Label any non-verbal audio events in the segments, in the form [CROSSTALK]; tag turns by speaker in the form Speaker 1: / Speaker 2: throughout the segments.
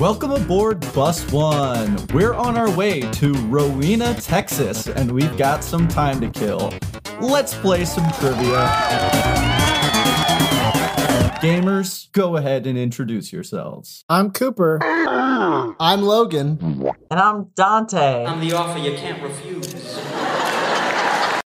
Speaker 1: Welcome aboard Bus One. We're on our way to Rowena, Texas, and we've got some time to kill. Let's play some trivia. Gamers, go ahead and introduce yourselves.
Speaker 2: I'm Cooper.
Speaker 3: Ah.
Speaker 2: I'm Logan.
Speaker 4: And I'm Dante.
Speaker 5: I'm the offer you can't refuse.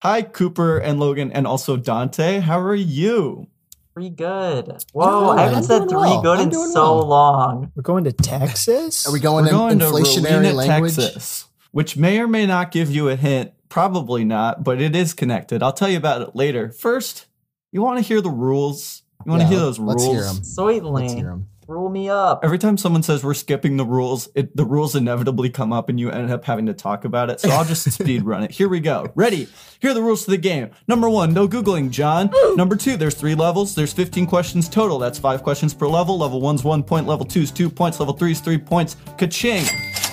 Speaker 1: Hi, Cooper and Logan, and also Dante. How are you?
Speaker 4: Three good.
Speaker 2: doing
Speaker 4: Whoa,
Speaker 2: well.
Speaker 4: I haven't
Speaker 2: I'm
Speaker 4: said
Speaker 2: doing
Speaker 4: three
Speaker 2: well.
Speaker 4: good
Speaker 2: I'm
Speaker 4: in
Speaker 2: doing
Speaker 4: so
Speaker 2: well.
Speaker 4: long.
Speaker 2: We're going to Texas.
Speaker 3: Are we going, in Oh, inflationary
Speaker 1: Rowena,
Speaker 3: language?
Speaker 1: Texas, which may or may not give you a hint. Probably not, but it is connected. I'll tell you about it later. First, you want to hear the rules. You want to
Speaker 3: Yeah,
Speaker 1: hear those
Speaker 3: let's
Speaker 1: rules.
Speaker 3: hear 'em. Let's
Speaker 4: Sweetly.
Speaker 3: hear 'em.
Speaker 4: Rule me up.
Speaker 1: Every time someone says we're skipping the rules, it, the rules inevitably come up and you end up having to talk about it. So I'll just speed run it. Here we go. Ready? Here are the rules to the game. Number one, no Googling, John. Number two, there's three levels. There's 15 questions total. That's five questions per level. Level one's one point. Level two's two points. Level three's three points. Ka-ching.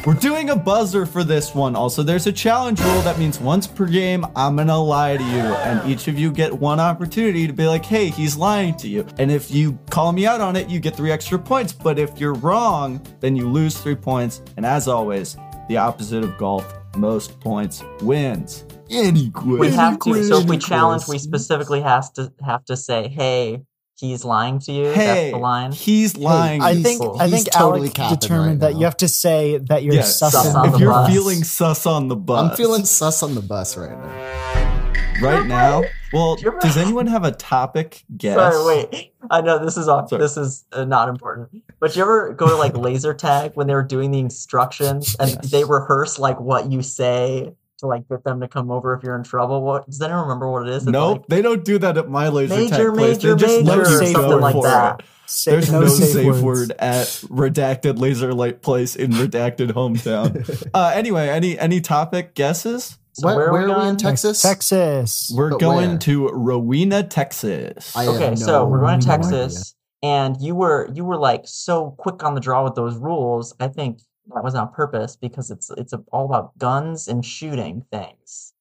Speaker 1: We're doing a buzzer for this one. Also, there's a challenge rule that means once per game, I'm gonna lie to you. And each of you get one opportunity to be like, hey, he's lying to you. And if you call me out on it, you get three extra points. But if you're wrong, then you lose three points. And as always, the opposite of golf, most points wins. Any quiz.
Speaker 4: We have to. So if we
Speaker 3: Quiz.
Speaker 4: challenge, we specifically has to have to say, "Hey, he's lying to you."
Speaker 1: Hey,
Speaker 4: That's the line.
Speaker 1: he's lying.
Speaker 2: I
Speaker 3: He's-
Speaker 2: think I
Speaker 3: he's
Speaker 2: think
Speaker 3: totally
Speaker 2: Alec
Speaker 3: capping
Speaker 2: determined
Speaker 3: right
Speaker 2: that
Speaker 3: now.
Speaker 2: you have to say that you're
Speaker 1: Yeah,
Speaker 2: sus.
Speaker 4: sus on
Speaker 1: if
Speaker 4: the
Speaker 1: you're
Speaker 4: bus.
Speaker 1: feeling sus on the bus,
Speaker 3: I'm feeling sus on the bus right now.
Speaker 1: right now. Well,
Speaker 4: You're right.
Speaker 1: does anyone have a topic guess?
Speaker 4: Sorry, wait. I know this is off.
Speaker 1: Sorry.
Speaker 4: This is uh, not important. But you ever go to like laser tag when they were doing the instructions and
Speaker 1: Yes.
Speaker 4: they rehearse like what you say to like get them to come over if you're in trouble? What does anyone remember what it is? It's
Speaker 1: Nope,
Speaker 4: like,
Speaker 1: they don't do that at my laser
Speaker 4: Major,
Speaker 1: tag place.
Speaker 4: major,
Speaker 1: they just
Speaker 2: major,
Speaker 1: let you
Speaker 2: safe
Speaker 1: go
Speaker 2: word.
Speaker 4: something like
Speaker 1: for
Speaker 4: that.
Speaker 1: it.
Speaker 2: Say
Speaker 1: There's no,
Speaker 2: safe
Speaker 1: safe
Speaker 2: words.
Speaker 1: word at redacted laser light place in redacted hometown.
Speaker 3: [LAUGHS]
Speaker 1: uh, anyway, any any topic guesses?
Speaker 4: So
Speaker 3: where,
Speaker 4: where,
Speaker 3: where
Speaker 4: are we
Speaker 3: in
Speaker 4: going?
Speaker 3: Texas?
Speaker 2: Texas.
Speaker 1: We're
Speaker 3: But
Speaker 1: going
Speaker 3: where?
Speaker 1: to Rowena, Texas.
Speaker 3: I- have
Speaker 4: Okay,
Speaker 3: no
Speaker 4: so we're going to
Speaker 3: idea.
Speaker 4: Texas, and you were you were like so quick on the draw with those rules. I think that was on purpose because it's it's all about guns and shooting things.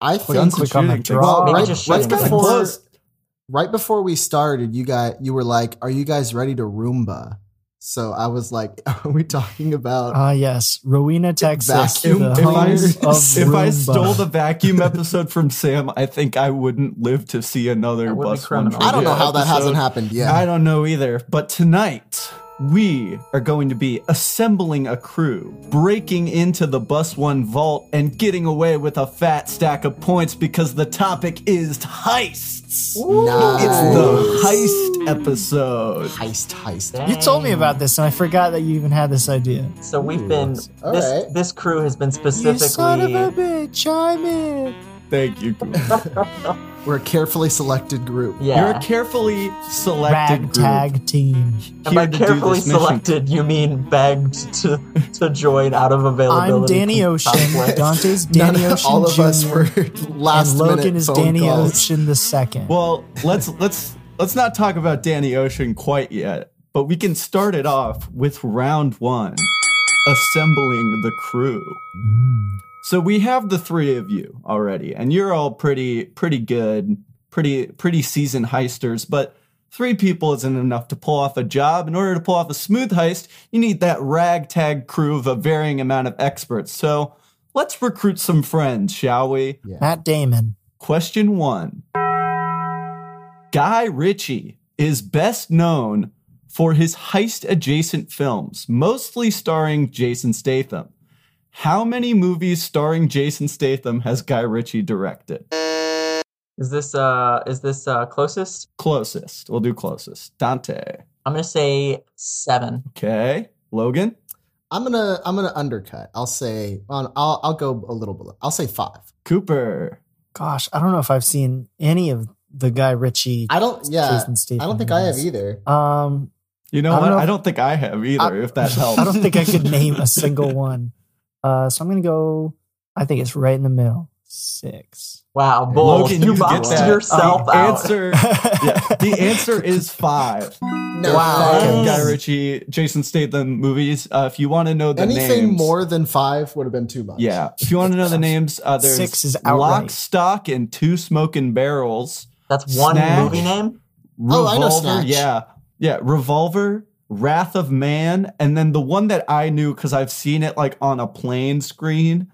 Speaker 3: I
Speaker 2: Quick and
Speaker 3: think
Speaker 2: quick on the
Speaker 1: shooting.
Speaker 2: draw.
Speaker 4: Maybe
Speaker 3: right,
Speaker 4: just
Speaker 3: right
Speaker 4: shooting.
Speaker 3: before
Speaker 1: Close.
Speaker 3: right before we started, you got you were like, "Are you guys ready to Roomba?" So I was like, [LAUGHS] "Are we talking about?"
Speaker 2: Ah yes, Rowena, Texas.
Speaker 3: Vacuum
Speaker 2: the
Speaker 1: if I,
Speaker 2: home of
Speaker 1: if I
Speaker 2: Roomba.
Speaker 1: stole the vacuum episode from Sam, I think I wouldn't live to see another
Speaker 4: That would be
Speaker 1: bus one.
Speaker 4: criminal.
Speaker 3: I don't know how that
Speaker 1: episode.
Speaker 3: hasn't happened yet.
Speaker 1: I don't know either. But tonight, we are going to be assembling a crew, breaking into the Bus One vault, and getting away with a fat stack of points because the topic is heists.
Speaker 3: Nice.
Speaker 1: It's the heist episode.
Speaker 3: heist, heist.
Speaker 2: you told me about this, and I forgot that you even had this idea.
Speaker 4: So we've been this
Speaker 3: All right.
Speaker 4: this crew has been
Speaker 2: You son of a
Speaker 4: specifically
Speaker 2: bitch! I'm in.
Speaker 1: Thank you. Cooper.
Speaker 3: We're a carefully selected group.
Speaker 1: You're
Speaker 4: yeah.
Speaker 1: a carefully selected group
Speaker 2: Ragtag team.
Speaker 4: And by
Speaker 1: here to do
Speaker 4: carefully
Speaker 1: this mission.
Speaker 4: selected, you mean begged to to join out of availability.
Speaker 2: I'm Danny
Speaker 4: con-
Speaker 2: Ocean.
Speaker 4: conflict.
Speaker 2: Dante's
Speaker 3: None
Speaker 2: Danny
Speaker 3: of
Speaker 2: Ocean
Speaker 3: all of
Speaker 2: Jr.
Speaker 3: us were [LAUGHS] last
Speaker 2: and
Speaker 3: minute
Speaker 2: Logan is
Speaker 3: phone
Speaker 2: Danny
Speaker 3: calls.
Speaker 2: Ocean the second.
Speaker 1: Well, let's let's let's not talk about Danny Ocean quite yet, but we can start it off with round 1, assembling the crew. So we have the three of you already, and you're all pretty pretty good, pretty pretty seasoned heisters, but three people isn't enough to pull off a job. In order to pull off a smooth heist, you need that ragtag crew of a varying amount of experts. So let's recruit some friends, shall we?
Speaker 2: Matt Damon.
Speaker 1: Question one Guy Ritchie is best known for his heist adjacent films, mostly starring Jason Statham. How many movies starring Jason Statham has Guy Ritchie directed?
Speaker 4: Is this uh is this uh closest?
Speaker 1: Closest. We'll do closest. Dante.
Speaker 4: I'm gonna say seven.
Speaker 1: Okay. Logan.
Speaker 3: I'm gonna I'm gonna undercut. I'll say on I'll I'll go a little below. I'll say five.
Speaker 1: Cooper.
Speaker 2: Gosh, I don't know if I've seen any of the Guy Ritchie.
Speaker 3: I don't yeah.
Speaker 2: Jason Statham
Speaker 3: I don't think I have
Speaker 2: movies.
Speaker 3: either.
Speaker 2: Um,
Speaker 1: You know
Speaker 2: I don't
Speaker 1: what?
Speaker 2: know if-
Speaker 1: I don't think I have either, if
Speaker 2: [LAUGHS]
Speaker 1: that helps.
Speaker 2: I don't think I could name a single one. Uh, so I'm gonna go. I think it's right in the middle. Six.
Speaker 4: Wow, bull!
Speaker 1: Logan,
Speaker 4: you
Speaker 1: you get
Speaker 4: boxed
Speaker 1: that.
Speaker 4: yourself
Speaker 1: the [LAUGHS]
Speaker 4: out.
Speaker 1: answer. yeah,
Speaker 2: [LAUGHS]
Speaker 1: the answer is five.
Speaker 3: No,
Speaker 4: Wow.
Speaker 3: five.
Speaker 1: Five Guy
Speaker 4: Yes.
Speaker 1: Ritchie, Jason Statham movies. Uh, if you want to know the
Speaker 3: Anything
Speaker 1: names,
Speaker 3: more than five would have been too much.
Speaker 1: yeah. If you want to know the names, uh, there's
Speaker 2: Six is outright.
Speaker 1: Lock, Stock, and Two Smoking Barrels.
Speaker 4: That's one
Speaker 1: Snatch.
Speaker 4: movie name.
Speaker 3: Oh,
Speaker 1: Revolver,
Speaker 3: I know Snatch.
Speaker 1: yeah, yeah. Revolver, Wrath of Man, and then the one that I knew because I've seen it like on a plane screen,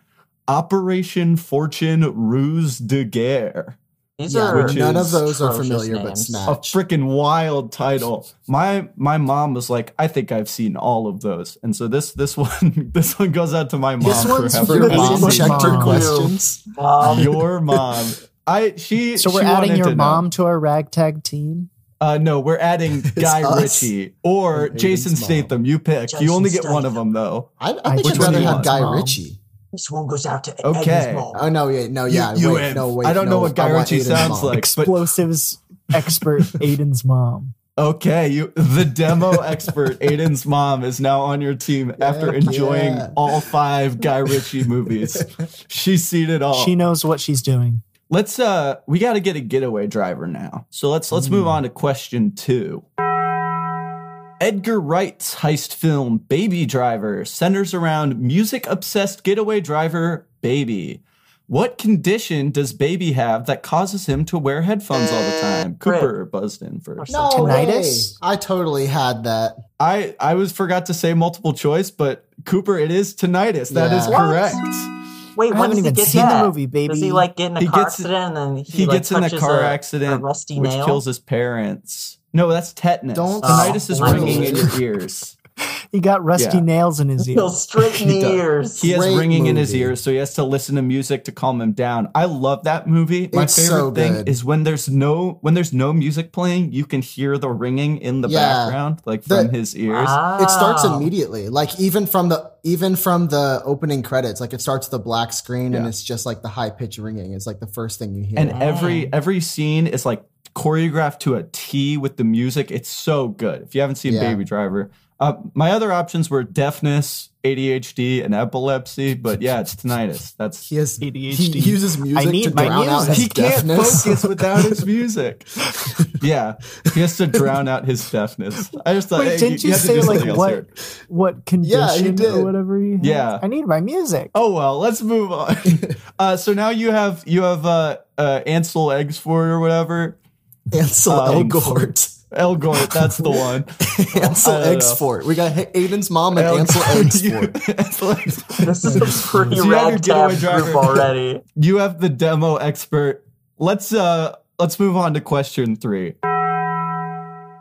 Speaker 1: Operation Fortune Ruse de Guerre.
Speaker 4: These
Speaker 3: Yeah,
Speaker 4: are
Speaker 1: which
Speaker 3: none of
Speaker 1: is
Speaker 3: those are
Speaker 4: atrocious
Speaker 3: familiar, but
Speaker 4: names.
Speaker 3: snap.
Speaker 1: A freaking wild title. My my mom was like, I think I've seen all of those, and so this this [LAUGHS] one this one goes out to my mom.
Speaker 3: This one's
Speaker 1: having
Speaker 3: for
Speaker 2: your
Speaker 1: me
Speaker 2: mom.
Speaker 1: see
Speaker 3: mom
Speaker 2: mom's
Speaker 3: checked her
Speaker 2: mom.
Speaker 3: questions.
Speaker 4: [LAUGHS] Um,
Speaker 1: your mom. I she.
Speaker 2: So we're
Speaker 1: she
Speaker 2: adding
Speaker 1: wanted
Speaker 2: your
Speaker 1: to know.
Speaker 2: mom to our ragtag team.
Speaker 1: Uh, no, we're
Speaker 3: [LAUGHS]
Speaker 1: adding Guy
Speaker 3: us
Speaker 1: Ritchie or
Speaker 3: and Aiden's
Speaker 1: Jason
Speaker 3: mom.
Speaker 1: Statham. You pick.
Speaker 4: Jason
Speaker 1: you only get one of them
Speaker 4: Statham.
Speaker 1: though.
Speaker 3: I, I think
Speaker 1: Which one
Speaker 3: I'd
Speaker 1: do
Speaker 3: rather
Speaker 1: you
Speaker 3: have
Speaker 1: want,
Speaker 3: Guy
Speaker 2: Mom?
Speaker 3: Ritchie.
Speaker 4: this one goes out to
Speaker 1: Okay.
Speaker 4: Evan's mom.
Speaker 3: Oh no, yeah, no, yeah.
Speaker 1: You- you
Speaker 3: wait,
Speaker 1: am.
Speaker 3: no, wait.
Speaker 1: I don't
Speaker 3: no,
Speaker 1: know what Guy
Speaker 3: I want
Speaker 1: Ritchie
Speaker 3: Aiden's
Speaker 1: sounds
Speaker 3: mom.
Speaker 1: like.
Speaker 2: [LAUGHS] Explosives
Speaker 3: [LAUGHS]
Speaker 2: expert Aiden's mom.
Speaker 1: Okay, you the demo expert Aiden's mom is now on your team after
Speaker 3: Heck
Speaker 1: enjoying
Speaker 3: yeah.
Speaker 1: all five Guy Ritchie
Speaker 3: [LAUGHS]
Speaker 1: movies. She's seen it all.
Speaker 2: She knows what she's doing.
Speaker 1: let's uh we got to get a getaway driver now. So let's let's move on to
Speaker 3: Mm.
Speaker 1: question 2. Edgar Wright's heist film Baby Driver centers around music-obsessed getaway driver Baby. What condition does Baby have that causes him to wear headphones all the time? Cooper buzzed in first.
Speaker 3: No
Speaker 2: Tinnitus?
Speaker 3: way. I totally had that.
Speaker 1: I I was forgot to say multiple choice, but Cooper, it is tinnitus. That is
Speaker 3: Yeah. What?
Speaker 1: correct.
Speaker 4: Wait,
Speaker 2: I haven't
Speaker 4: when does he
Speaker 2: even
Speaker 4: get
Speaker 2: seen the
Speaker 4: that?
Speaker 2: movie, baby.
Speaker 4: Does he like get in a
Speaker 1: He
Speaker 4: car
Speaker 1: gets-
Speaker 4: accident and then he,
Speaker 1: He,
Speaker 4: like,
Speaker 1: gets in a
Speaker 4: touches
Speaker 1: car
Speaker 4: a-
Speaker 1: accident,
Speaker 4: a rusty
Speaker 1: which
Speaker 4: nail?
Speaker 1: kills his parents. No, that's tetanus.
Speaker 3: Don't-
Speaker 1: tinnitus is
Speaker 4: Oh,
Speaker 1: ringing
Speaker 4: my
Speaker 1: in your ears.
Speaker 2: He got rusty
Speaker 1: Yeah.
Speaker 2: nails in his ears.
Speaker 4: Kills straight
Speaker 1: [LAUGHS]
Speaker 4: in
Speaker 1: He
Speaker 4: the
Speaker 1: does.
Speaker 4: ears.
Speaker 1: He has
Speaker 3: Great
Speaker 1: ringing in his
Speaker 3: movie.
Speaker 1: ears, so he has to listen to music to calm him down. I love that movie. My
Speaker 3: It's
Speaker 1: favorite
Speaker 3: so
Speaker 1: thing
Speaker 3: good.
Speaker 1: is when there's no when there's no music playing, you can hear the ringing in the
Speaker 3: Yeah.
Speaker 1: background, like
Speaker 3: The-
Speaker 1: from his ears.
Speaker 4: Ah,
Speaker 3: It starts
Speaker 4: Wow.
Speaker 3: immediately. Like even from the even from the opening credits, like it starts the black screen and
Speaker 1: Yeah.
Speaker 3: it's just like the high pitch ringing. It's like the first thing you hear.
Speaker 1: and
Speaker 4: Yeah.
Speaker 1: every every scene is like choreographed to a T with the music. It's so good. If you haven't seen
Speaker 3: Yeah.
Speaker 1: Baby Driver, uh, my other options were deafness, ADHD, and epilepsy. But yeah, it's tinnitus. That's
Speaker 3: he has
Speaker 1: [LAUGHS]
Speaker 2: ADHD.
Speaker 3: he uses music
Speaker 2: need
Speaker 3: to
Speaker 2: my
Speaker 3: drown out
Speaker 2: music.
Speaker 3: his
Speaker 1: he can't
Speaker 3: deafness.
Speaker 1: focus without his
Speaker 3: [LAUGHS]
Speaker 1: music. yeah, he has to drown out his deafness. I just thought,
Speaker 2: Wait,
Speaker 1: hey,
Speaker 2: didn't you,
Speaker 1: had to do
Speaker 2: say
Speaker 1: something
Speaker 2: like
Speaker 1: else
Speaker 2: what
Speaker 1: here.
Speaker 2: what condition
Speaker 3: Yeah, you
Speaker 2: or
Speaker 3: did.
Speaker 2: whatever he has?
Speaker 1: Yeah.
Speaker 2: I need my music.
Speaker 1: Oh well, let's move
Speaker 2: [LAUGHS]
Speaker 1: on. uh, so now you have you have uh, uh, Ansel Eggsford or whatever
Speaker 3: [LAUGHS] Ansel
Speaker 1: Uh,
Speaker 3: Elgort.
Speaker 1: Elgort. That's the
Speaker 2: [LAUGHS]
Speaker 1: one.
Speaker 3: Ansel
Speaker 1: [LAUGHS] I don't know.
Speaker 3: Exfort. We got H- Aiden's mom and Ansel
Speaker 1: [LAUGHS]
Speaker 3: Exfort.
Speaker 1: You- Ansel Eggsford.
Speaker 4: [LAUGHS] This
Speaker 1: [LAUGHS]
Speaker 4: is a pretty
Speaker 1: So you have your getaway
Speaker 4: ragtag
Speaker 1: driver.
Speaker 4: group already.
Speaker 1: [LAUGHS] You have the demo expert. Let's uh let's move on to question 3.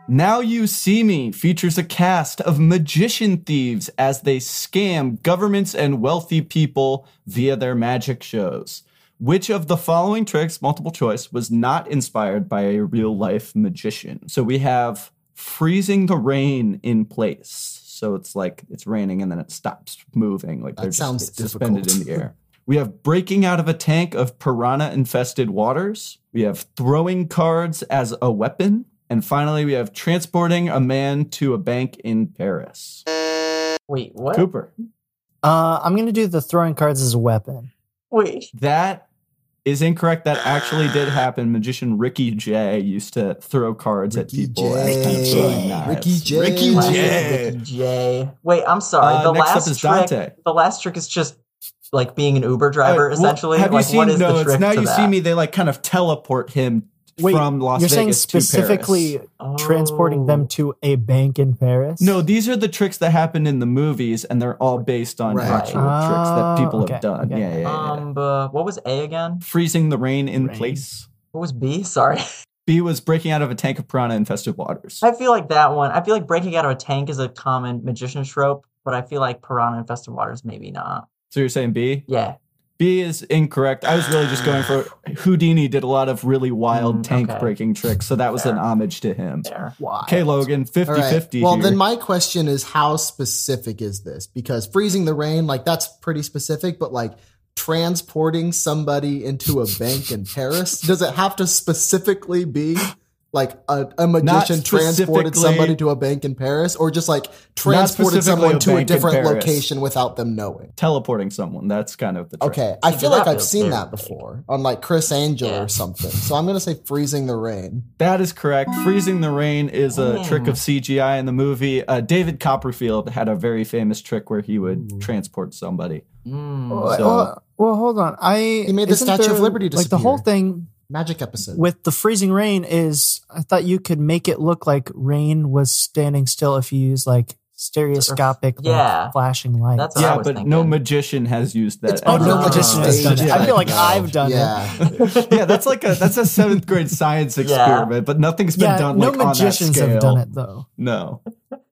Speaker 1: Now You See Me features a cast of magician thieves as they scam governments and wealthy people via their magic shows. Which of the following tricks, multiple choice, was not inspired by a real life magician? So we have freezing the rain in place. So it's like it's raining and then it stops moving. Like
Speaker 3: That
Speaker 1: they're just
Speaker 3: sounds
Speaker 1: suspended in
Speaker 3: difficult.
Speaker 1: the air. We have breaking out of a tank of piranha infested waters. We have throwing cards as a weapon. And finally, we have transporting a man to a bank in Paris.
Speaker 4: Wait, what?
Speaker 1: Cooper,
Speaker 2: Uh, I'm gonna do the throwing cards as a weapon.
Speaker 4: Wait.
Speaker 1: that is incorrect. That actually did happen. Magician Ricky J used to throw cards
Speaker 3: Ricky
Speaker 1: at people. as
Speaker 3: J.
Speaker 1: they threw knives.
Speaker 3: Ricky J.
Speaker 1: Ricky
Speaker 3: Wow.
Speaker 1: J.
Speaker 4: Ricky Jay. Wait, I'm sorry.
Speaker 1: Uh,
Speaker 4: the
Speaker 1: next up
Speaker 4: last
Speaker 1: is
Speaker 4: trick,
Speaker 1: Dante.
Speaker 4: The last trick is just like being an Uber driver,
Speaker 1: Uh, well,
Speaker 4: essentially.
Speaker 1: have
Speaker 4: like,
Speaker 1: you seen?
Speaker 4: what is
Speaker 1: no,
Speaker 4: the
Speaker 1: it's
Speaker 4: trick
Speaker 1: now
Speaker 4: to
Speaker 1: you
Speaker 4: that?
Speaker 1: see me. They like kind of teleport him
Speaker 2: Wait,
Speaker 1: from Las
Speaker 2: You're
Speaker 1: Vegas
Speaker 2: saying
Speaker 1: to Paris.
Speaker 2: specifically transporting them to a bank in Paris?
Speaker 1: No, these are the tricks that happen in the movies, and they're all based on
Speaker 3: Right.
Speaker 1: actual
Speaker 2: Ah,
Speaker 1: tricks that people
Speaker 2: okay,
Speaker 1: have done.
Speaker 2: okay.
Speaker 1: Yeah, yeah, yeah.
Speaker 4: Um, uh, what was A again?
Speaker 1: Freezing the rain in
Speaker 2: Rain.
Speaker 1: place.
Speaker 4: What was B? Sorry. [LAUGHS]
Speaker 1: B was breaking out of a tank of piranha infested waters.
Speaker 4: I feel like that one. I feel like breaking out of a tank is a common magician trope, but I feel like piranha infested waters maybe not.
Speaker 1: So you're saying B?
Speaker 4: Yeah.
Speaker 1: B is incorrect. I was really just going for Houdini did a lot of really wild
Speaker 4: Mm,
Speaker 1: tank
Speaker 4: okay.
Speaker 1: breaking tricks, so that was an
Speaker 4: Fair.
Speaker 1: homage to him.
Speaker 4: There.
Speaker 2: Why?
Speaker 1: Okay, Logan, 50
Speaker 3: All right.
Speaker 1: 50.
Speaker 3: Well,
Speaker 1: here.
Speaker 3: then my question is how specific is this? Because freezing the rain, like that's pretty specific, but like transporting somebody into a bank in Paris, does it have to specifically be like a, a magician transported
Speaker 1: specifically-
Speaker 3: somebody to a bank in Paris or just like
Speaker 1: specifically
Speaker 3: transported someone
Speaker 1: a
Speaker 3: to a
Speaker 1: bank in
Speaker 3: different
Speaker 1: Paris.
Speaker 3: location without them knowing?
Speaker 1: teleporting someone. That's kind of the trick.
Speaker 3: Okay, I
Speaker 4: See,
Speaker 3: feel
Speaker 4: that
Speaker 3: like I've
Speaker 4: feels
Speaker 3: seen
Speaker 4: very
Speaker 3: that
Speaker 4: big.
Speaker 3: before on like Chris Angel
Speaker 4: Yeah.
Speaker 3: or something. So I'm gonna say freezing the rain.
Speaker 1: That is correct. Freezing the rain is a
Speaker 4: Damn.
Speaker 1: trick of CGI in the movie. Uh, David Copperfield had a very famous trick where he would transport somebody.
Speaker 4: Mm.
Speaker 2: Well,
Speaker 1: So-
Speaker 2: well, well, hold on. I
Speaker 3: He made the
Speaker 2: isn't
Speaker 3: Statue of
Speaker 2: there-
Speaker 3: Liberty
Speaker 2: Like the whole
Speaker 3: disappear.
Speaker 2: thing.
Speaker 3: magic episode.
Speaker 2: with the freezing rain is I thought you could make it look like rain was standing still if you use like stereoscopic like,
Speaker 4: Yeah.
Speaker 2: flashing light.
Speaker 4: That's what I
Speaker 1: yeah,
Speaker 4: was
Speaker 1: but
Speaker 4: thinking.
Speaker 1: no magician has used that.
Speaker 2: It's oh,
Speaker 1: ever.
Speaker 2: no
Speaker 3: Uh,
Speaker 2: magician has done it.
Speaker 3: yeah,
Speaker 2: I feel like
Speaker 3: no.
Speaker 2: I've done it.
Speaker 3: yeah.
Speaker 1: yeah, that's like a that's a seventh grade science
Speaker 4: Yeah.
Speaker 1: experiment, but nothing's been
Speaker 2: Yeah,
Speaker 1: done
Speaker 2: no
Speaker 1: like on that
Speaker 2: magicians
Speaker 1: scale.
Speaker 2: have done it though.
Speaker 1: No,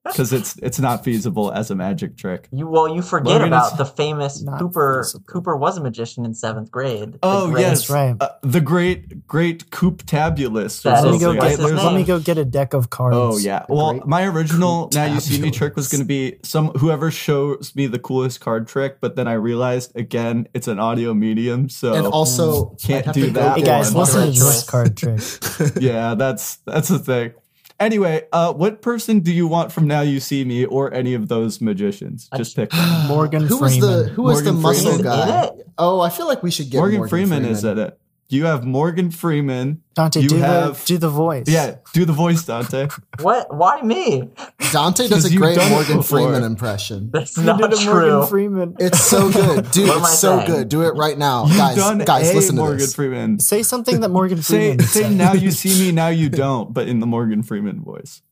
Speaker 1: because it's it's not feasible as a magic trick.
Speaker 4: You well, you forget
Speaker 1: Logan,
Speaker 4: about
Speaker 1: it's
Speaker 4: the famous
Speaker 2: not
Speaker 4: Cooper.
Speaker 2: feasible.
Speaker 4: Cooper was a magician in seventh grade. The
Speaker 1: Oh
Speaker 4: great- [LAUGHS]
Speaker 1: yes,
Speaker 2: right.
Speaker 1: Uh, the great great coup tabulous. or
Speaker 4: That
Speaker 2: Let me
Speaker 4: is-
Speaker 2: go
Speaker 1: something.
Speaker 4: That's
Speaker 1: I-
Speaker 2: get.
Speaker 4: his
Speaker 1: there's-
Speaker 2: Let me
Speaker 4: name.
Speaker 2: go get a deck of cards.
Speaker 1: Oh yeah. Well,
Speaker 3: great
Speaker 1: my original
Speaker 3: coup
Speaker 1: now you see me trick was
Speaker 3: tabulous.
Speaker 1: going to be some whoever shows me the coolest card trick, but then I realized again it's an audio medium, so
Speaker 3: and also
Speaker 1: Hmm, Can't
Speaker 3: I'd have
Speaker 1: do
Speaker 3: to go
Speaker 1: that
Speaker 2: Hey
Speaker 3: get
Speaker 2: guys,
Speaker 1: one.
Speaker 3: another
Speaker 2: listen to this
Speaker 3: choice.
Speaker 2: card
Speaker 3: [SIGHS]
Speaker 2: trick.
Speaker 1: [LAUGHS] yeah, that's that's the thing. Anyway, uh, what person do you want from Now You See Me or any of those magicians? Just pick one.
Speaker 2: Morgan
Speaker 3: who was the
Speaker 2: Freeman.
Speaker 3: who was the
Speaker 1: Morgan
Speaker 3: muscle
Speaker 1: Freeman.
Speaker 3: guy?
Speaker 4: Isn't
Speaker 3: Oh, I feel like we should get
Speaker 1: Morgan, Freeman, is
Speaker 3: it.
Speaker 1: in it. You have Morgan Freeman.
Speaker 2: Dante,
Speaker 1: You
Speaker 2: do the
Speaker 1: have-
Speaker 2: do the voice.
Speaker 1: Yeah, do the voice,
Speaker 3: [LAUGHS]
Speaker 1: Dante.
Speaker 4: What? Why me? [LAUGHS]
Speaker 3: Dante
Speaker 1: 'Cause
Speaker 3: does a
Speaker 1: you've
Speaker 3: great
Speaker 1: done it
Speaker 3: Morgan
Speaker 1: before.
Speaker 3: Freeman impression.
Speaker 4: That's
Speaker 2: You
Speaker 4: not
Speaker 2: did a
Speaker 4: true.
Speaker 2: Morgan Freeman.
Speaker 3: It's
Speaker 2: [LAUGHS]
Speaker 1: [LAUGHS]
Speaker 3: so good, dude.
Speaker 4: What am I
Speaker 3: it's so
Speaker 4: saying?
Speaker 3: good. Do it right now,
Speaker 1: You've
Speaker 3: Oh, guys.
Speaker 1: done
Speaker 3: guys,
Speaker 1: a
Speaker 3: listen to
Speaker 1: Morgan
Speaker 3: this.
Speaker 1: Freeman.
Speaker 2: Say something that Morgan
Speaker 1: Say
Speaker 2: Freeman
Speaker 1: say
Speaker 2: said.
Speaker 1: now
Speaker 3: [LAUGHS]
Speaker 1: you see me, now you don't, but in the Morgan Freeman voice.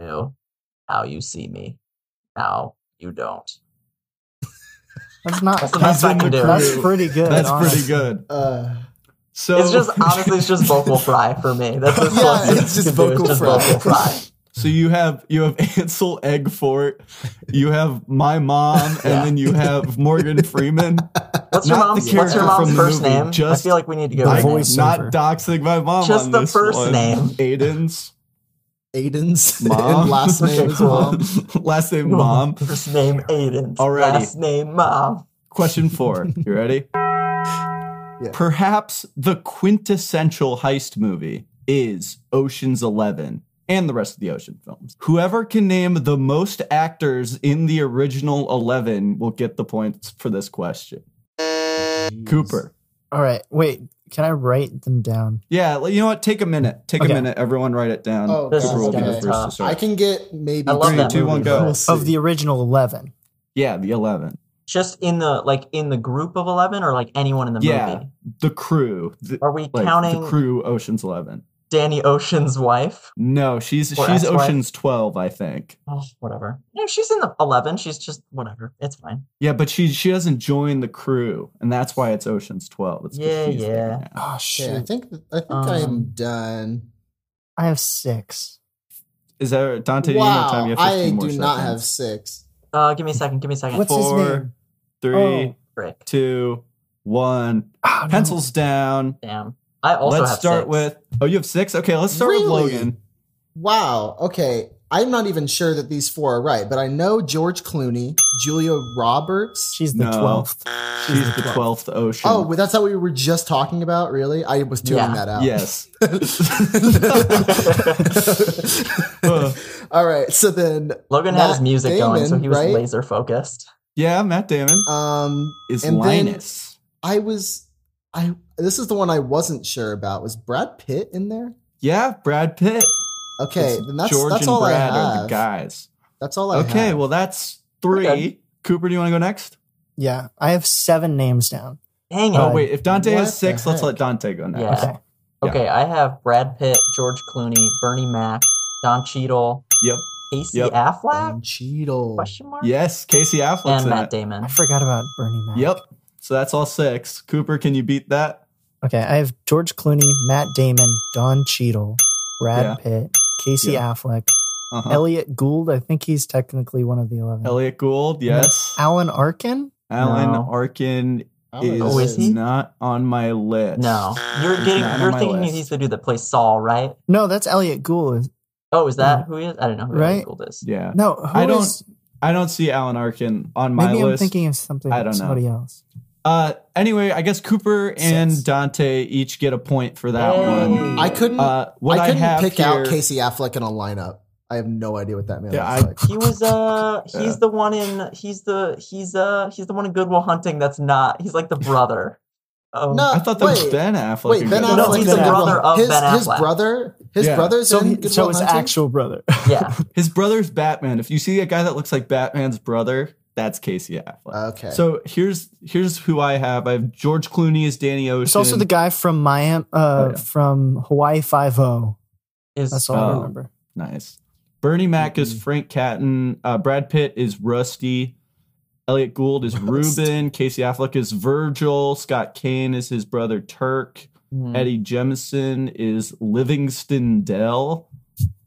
Speaker 4: Ew. Now you see me. Now you don't.
Speaker 2: [LAUGHS] That's not.
Speaker 4: That's the best I can do.
Speaker 2: That's pretty good.
Speaker 1: That's pretty
Speaker 2: honestly.
Speaker 1: good.
Speaker 3: Uh,
Speaker 1: So
Speaker 4: it's
Speaker 1: [LAUGHS]
Speaker 4: just honestly, it's just vocal fry for me. That's the
Speaker 3: Yeah,
Speaker 4: closest
Speaker 3: it's
Speaker 4: you can
Speaker 3: just
Speaker 4: do,
Speaker 3: vocal
Speaker 4: it's just
Speaker 3: fry.
Speaker 4: vocal fry.
Speaker 1: So you have you have [LAUGHS] Ansel Eggfort, you have my mom, and
Speaker 4: Yeah.
Speaker 1: then you have
Speaker 3: [LAUGHS]
Speaker 1: Morgan Freeman.
Speaker 4: What's your
Speaker 1: Not the
Speaker 4: mom's What's
Speaker 1: character
Speaker 4: your mom's
Speaker 1: from the
Speaker 4: first
Speaker 1: movie,
Speaker 4: name?
Speaker 1: just
Speaker 4: I feel like we need to go.
Speaker 2: the
Speaker 1: I'm
Speaker 4: with that.
Speaker 2: voice.
Speaker 1: not
Speaker 2: voiceover.
Speaker 1: doxing my mom.
Speaker 4: Just
Speaker 1: on
Speaker 4: the
Speaker 1: this
Speaker 4: first
Speaker 1: one.
Speaker 4: name.
Speaker 1: Aiden's
Speaker 3: Aiden's [LAUGHS]
Speaker 1: Mom.
Speaker 3: and last name
Speaker 4: Okay,
Speaker 3: is
Speaker 4: cool.
Speaker 3: mom.
Speaker 1: [LAUGHS] last name mom.
Speaker 4: [LAUGHS] First name Aiden.
Speaker 1: Alrighty.
Speaker 4: Last name Mom.
Speaker 1: Question four. You ready? Perhaps the quintessential heist movie is Ocean's Eleven and the rest of the Ocean films. Whoever can name the most actors in the original Eleven will get the points for this question. Cooper.
Speaker 2: All right. Wait. Can I write them down?
Speaker 1: Yeah, well, you know what? Take a minute. Take
Speaker 2: Okay.
Speaker 1: a minute. Everyone, write it down.
Speaker 3: Oh,
Speaker 4: This
Speaker 3: God.
Speaker 1: Cooper will be
Speaker 4: gonna
Speaker 1: the
Speaker 4: be
Speaker 1: first to
Speaker 4: tough.
Speaker 1: start.
Speaker 3: I can get maybe
Speaker 4: I love
Speaker 3: three,
Speaker 4: that
Speaker 3: two,
Speaker 1: movie.
Speaker 3: one,
Speaker 1: Go.
Speaker 3: We'll see.
Speaker 2: Of the original eleven.
Speaker 1: Yeah, the Eleven.
Speaker 4: Just in the like in the group of eleven, or like anyone in the
Speaker 1: Yeah.
Speaker 4: movie.
Speaker 1: The crew. The,
Speaker 4: Are we
Speaker 1: like,
Speaker 4: counting
Speaker 1: the crew. Ocean's Eleven.
Speaker 4: Danny Ocean's wife?
Speaker 1: No, she's
Speaker 4: Or
Speaker 1: she's
Speaker 4: ex-wife.
Speaker 1: Ocean's Twelve, I think.
Speaker 4: Oh, whatever. No, she's in the eleven. She's just whatever. It's fine.
Speaker 1: Yeah, but she she doesn't join the crew, and that's why it's Ocean's Twelve. It's
Speaker 4: Yeah,
Speaker 1: confusing
Speaker 4: yeah.
Speaker 1: now.
Speaker 2: Oh
Speaker 3: Okay, I
Speaker 2: shit!
Speaker 3: think I think I am
Speaker 4: Um,
Speaker 3: done.
Speaker 2: I have six.
Speaker 1: Is there Dante? Do you know time?
Speaker 3: Wow,
Speaker 1: You have
Speaker 3: I
Speaker 1: 15
Speaker 3: do
Speaker 1: more
Speaker 3: not have
Speaker 1: seconds.
Speaker 3: six.
Speaker 4: Uh, give me a second. Give me a second.
Speaker 2: What's
Speaker 1: Four,
Speaker 2: his name?
Speaker 3: oh.
Speaker 1: Three,
Speaker 4: Frick.
Speaker 1: two, one.
Speaker 2: Oh, no.
Speaker 1: Pencils down.
Speaker 4: Damn. I also
Speaker 1: let's
Speaker 4: have
Speaker 1: start
Speaker 4: six.
Speaker 1: with. Oh, you have six. Okay, let's start with
Speaker 3: Really?
Speaker 1: Logan.
Speaker 3: Wow. Okay. I'm not even sure that these four are right, but I know George Clooney, Julia Roberts.
Speaker 2: She's the
Speaker 1: No.
Speaker 2: twelfth.
Speaker 1: She's the twelfth ocean.
Speaker 3: oh, well, that's how we were just talking about. Really, I was tuning
Speaker 4: Yeah.
Speaker 3: that out.
Speaker 1: yes. [LAUGHS] Uh,
Speaker 3: [LAUGHS] All right. So then,
Speaker 4: Logan had his
Speaker 3: Matt
Speaker 4: music going, so
Speaker 3: Damon,
Speaker 4: he was
Speaker 3: right?
Speaker 4: laser focused.
Speaker 1: yeah, Matt Damon
Speaker 3: um,
Speaker 1: is
Speaker 3: and then-
Speaker 1: Linus.
Speaker 3: I was, I this is the one I wasn't sure about. Was Brad Pitt in there?
Speaker 1: yeah, Brad Pitt.
Speaker 3: Okay,
Speaker 1: It's
Speaker 3: then that's
Speaker 1: George
Speaker 3: that's
Speaker 1: and
Speaker 3: all
Speaker 1: Brad
Speaker 3: I
Speaker 1: are the
Speaker 3: have.
Speaker 1: guys.
Speaker 3: That's all I
Speaker 1: Okay,
Speaker 3: have.
Speaker 1: well that's three.
Speaker 4: Okay.
Speaker 1: Cooper, do you want to go next?
Speaker 2: Yeah, I have seven names down.
Speaker 4: Dang it.
Speaker 1: Oh
Speaker 2: Uh,
Speaker 1: wait, if Dante
Speaker 3: what
Speaker 1: has six,
Speaker 3: the
Speaker 1: let's
Speaker 3: heck?
Speaker 1: let Dante go next.
Speaker 4: Yeah.
Speaker 2: Okay.
Speaker 1: yeah.
Speaker 4: Okay, I have Brad Pitt, George Clooney, Bernie Mac, Don Cheadle,
Speaker 1: Yep.
Speaker 4: Casey
Speaker 1: Yep.
Speaker 4: Affleck?
Speaker 3: Um, Cheadle.
Speaker 4: Question mark?
Speaker 1: Yes, Casey Affleck's
Speaker 4: And
Speaker 1: in
Speaker 4: Matt
Speaker 1: it.
Speaker 4: Damon.
Speaker 2: I forgot about Bernie Mac.
Speaker 1: Yep. So that's all six. Cooper, can you beat that?
Speaker 2: Okay, I have George Clooney, Matt Damon, Don Cheadle, Brad
Speaker 1: Yeah.
Speaker 2: Pitt, Casey
Speaker 1: Yeah.
Speaker 2: Affleck,
Speaker 1: Uh-huh.
Speaker 2: Elliot Gould. I think he's technically one of the eleven.
Speaker 1: Elliot Gould, yes.
Speaker 2: Alan Arkin.
Speaker 1: Alan
Speaker 4: No.
Speaker 1: Arkin
Speaker 3: I don't
Speaker 1: is,
Speaker 3: know.
Speaker 4: Oh, is he?
Speaker 1: not on my list.
Speaker 4: No. You're
Speaker 1: He's
Speaker 4: getting
Speaker 1: not on
Speaker 4: you're
Speaker 1: my
Speaker 4: thinking
Speaker 1: list.
Speaker 4: he's the dude that plays Saul, right?
Speaker 2: No, that's Elliot Gould.
Speaker 4: Oh, is that who he is? I don't know who
Speaker 2: Mm-hmm. Right?
Speaker 4: Elliot Gould is.
Speaker 1: Yeah.
Speaker 2: No, who
Speaker 1: I don't-
Speaker 2: is-
Speaker 1: I don't see Alan Arkin on my
Speaker 2: maybe
Speaker 1: list.
Speaker 2: I'm thinking of something.
Speaker 1: I don't know.
Speaker 2: Somebody else.
Speaker 1: Uh, anyway, I guess Cooper and
Speaker 2: Six.
Speaker 1: Dante each get a point for that
Speaker 4: Yay.
Speaker 1: one.
Speaker 3: I couldn't.
Speaker 1: Uh, what
Speaker 3: I
Speaker 1: I,
Speaker 3: couldn't
Speaker 1: have
Speaker 3: pick out
Speaker 1: here-
Speaker 3: Casey Affleck in a lineup. I have no idea what that man
Speaker 1: Yeah,
Speaker 3: looks
Speaker 1: I-
Speaker 3: like.
Speaker 4: He
Speaker 2: [LAUGHS]
Speaker 4: was uh he's
Speaker 1: Yeah.
Speaker 4: the one in he's the he's uh he's the one in Goodwill Hunting that's not he's like
Speaker 2: [LAUGHS]
Speaker 4: the brother. Oh
Speaker 3: No,
Speaker 1: [LAUGHS] I thought that was
Speaker 3: wait.
Speaker 1: Ben Affleck.
Speaker 3: Wait,
Speaker 1: who
Speaker 3: Ben
Speaker 1: got that
Speaker 3: Affleck.
Speaker 4: No,
Speaker 1: one.
Speaker 4: he's
Speaker 3: in
Speaker 4: the
Speaker 3: Good Will
Speaker 4: brother
Speaker 3: Hun-
Speaker 4: of
Speaker 3: his,
Speaker 4: Ben
Speaker 3: His
Speaker 4: Affleck.
Speaker 3: brother. His
Speaker 1: Yeah.
Speaker 3: brother's
Speaker 2: So,
Speaker 3: in
Speaker 2: he,
Speaker 3: Good
Speaker 2: so
Speaker 3: Will
Speaker 2: his
Speaker 3: Hunting?
Speaker 1: [LAUGHS]
Speaker 2: [LAUGHS] actual brother.
Speaker 4: Oh, yeah.
Speaker 1: His brother's Batman. If you see a guy that looks like Batman's brother, That's Casey Affleck.
Speaker 3: Okay.
Speaker 1: So here's here's who I have. I have George Clooney as Danny Ocean.
Speaker 2: It's also the guy from Miami, uh,
Speaker 1: Oh, yeah.
Speaker 2: from Hawaii Five O.
Speaker 4: Is
Speaker 2: That's all I
Speaker 1: Oh.
Speaker 2: remember.
Speaker 1: nice. Bernie Mac
Speaker 3: Mm-hmm.
Speaker 1: is Frank Catton. Uh, Brad Pitt is Rusty. Elliot Gould is
Speaker 3: Rusty.
Speaker 1: Ruben. Casey Affleck is Virgil. Scott Kane is his brother Turk.
Speaker 3: Mm-hmm.
Speaker 4: Hmm.
Speaker 1: Eddie Jemison is Livingston Dell.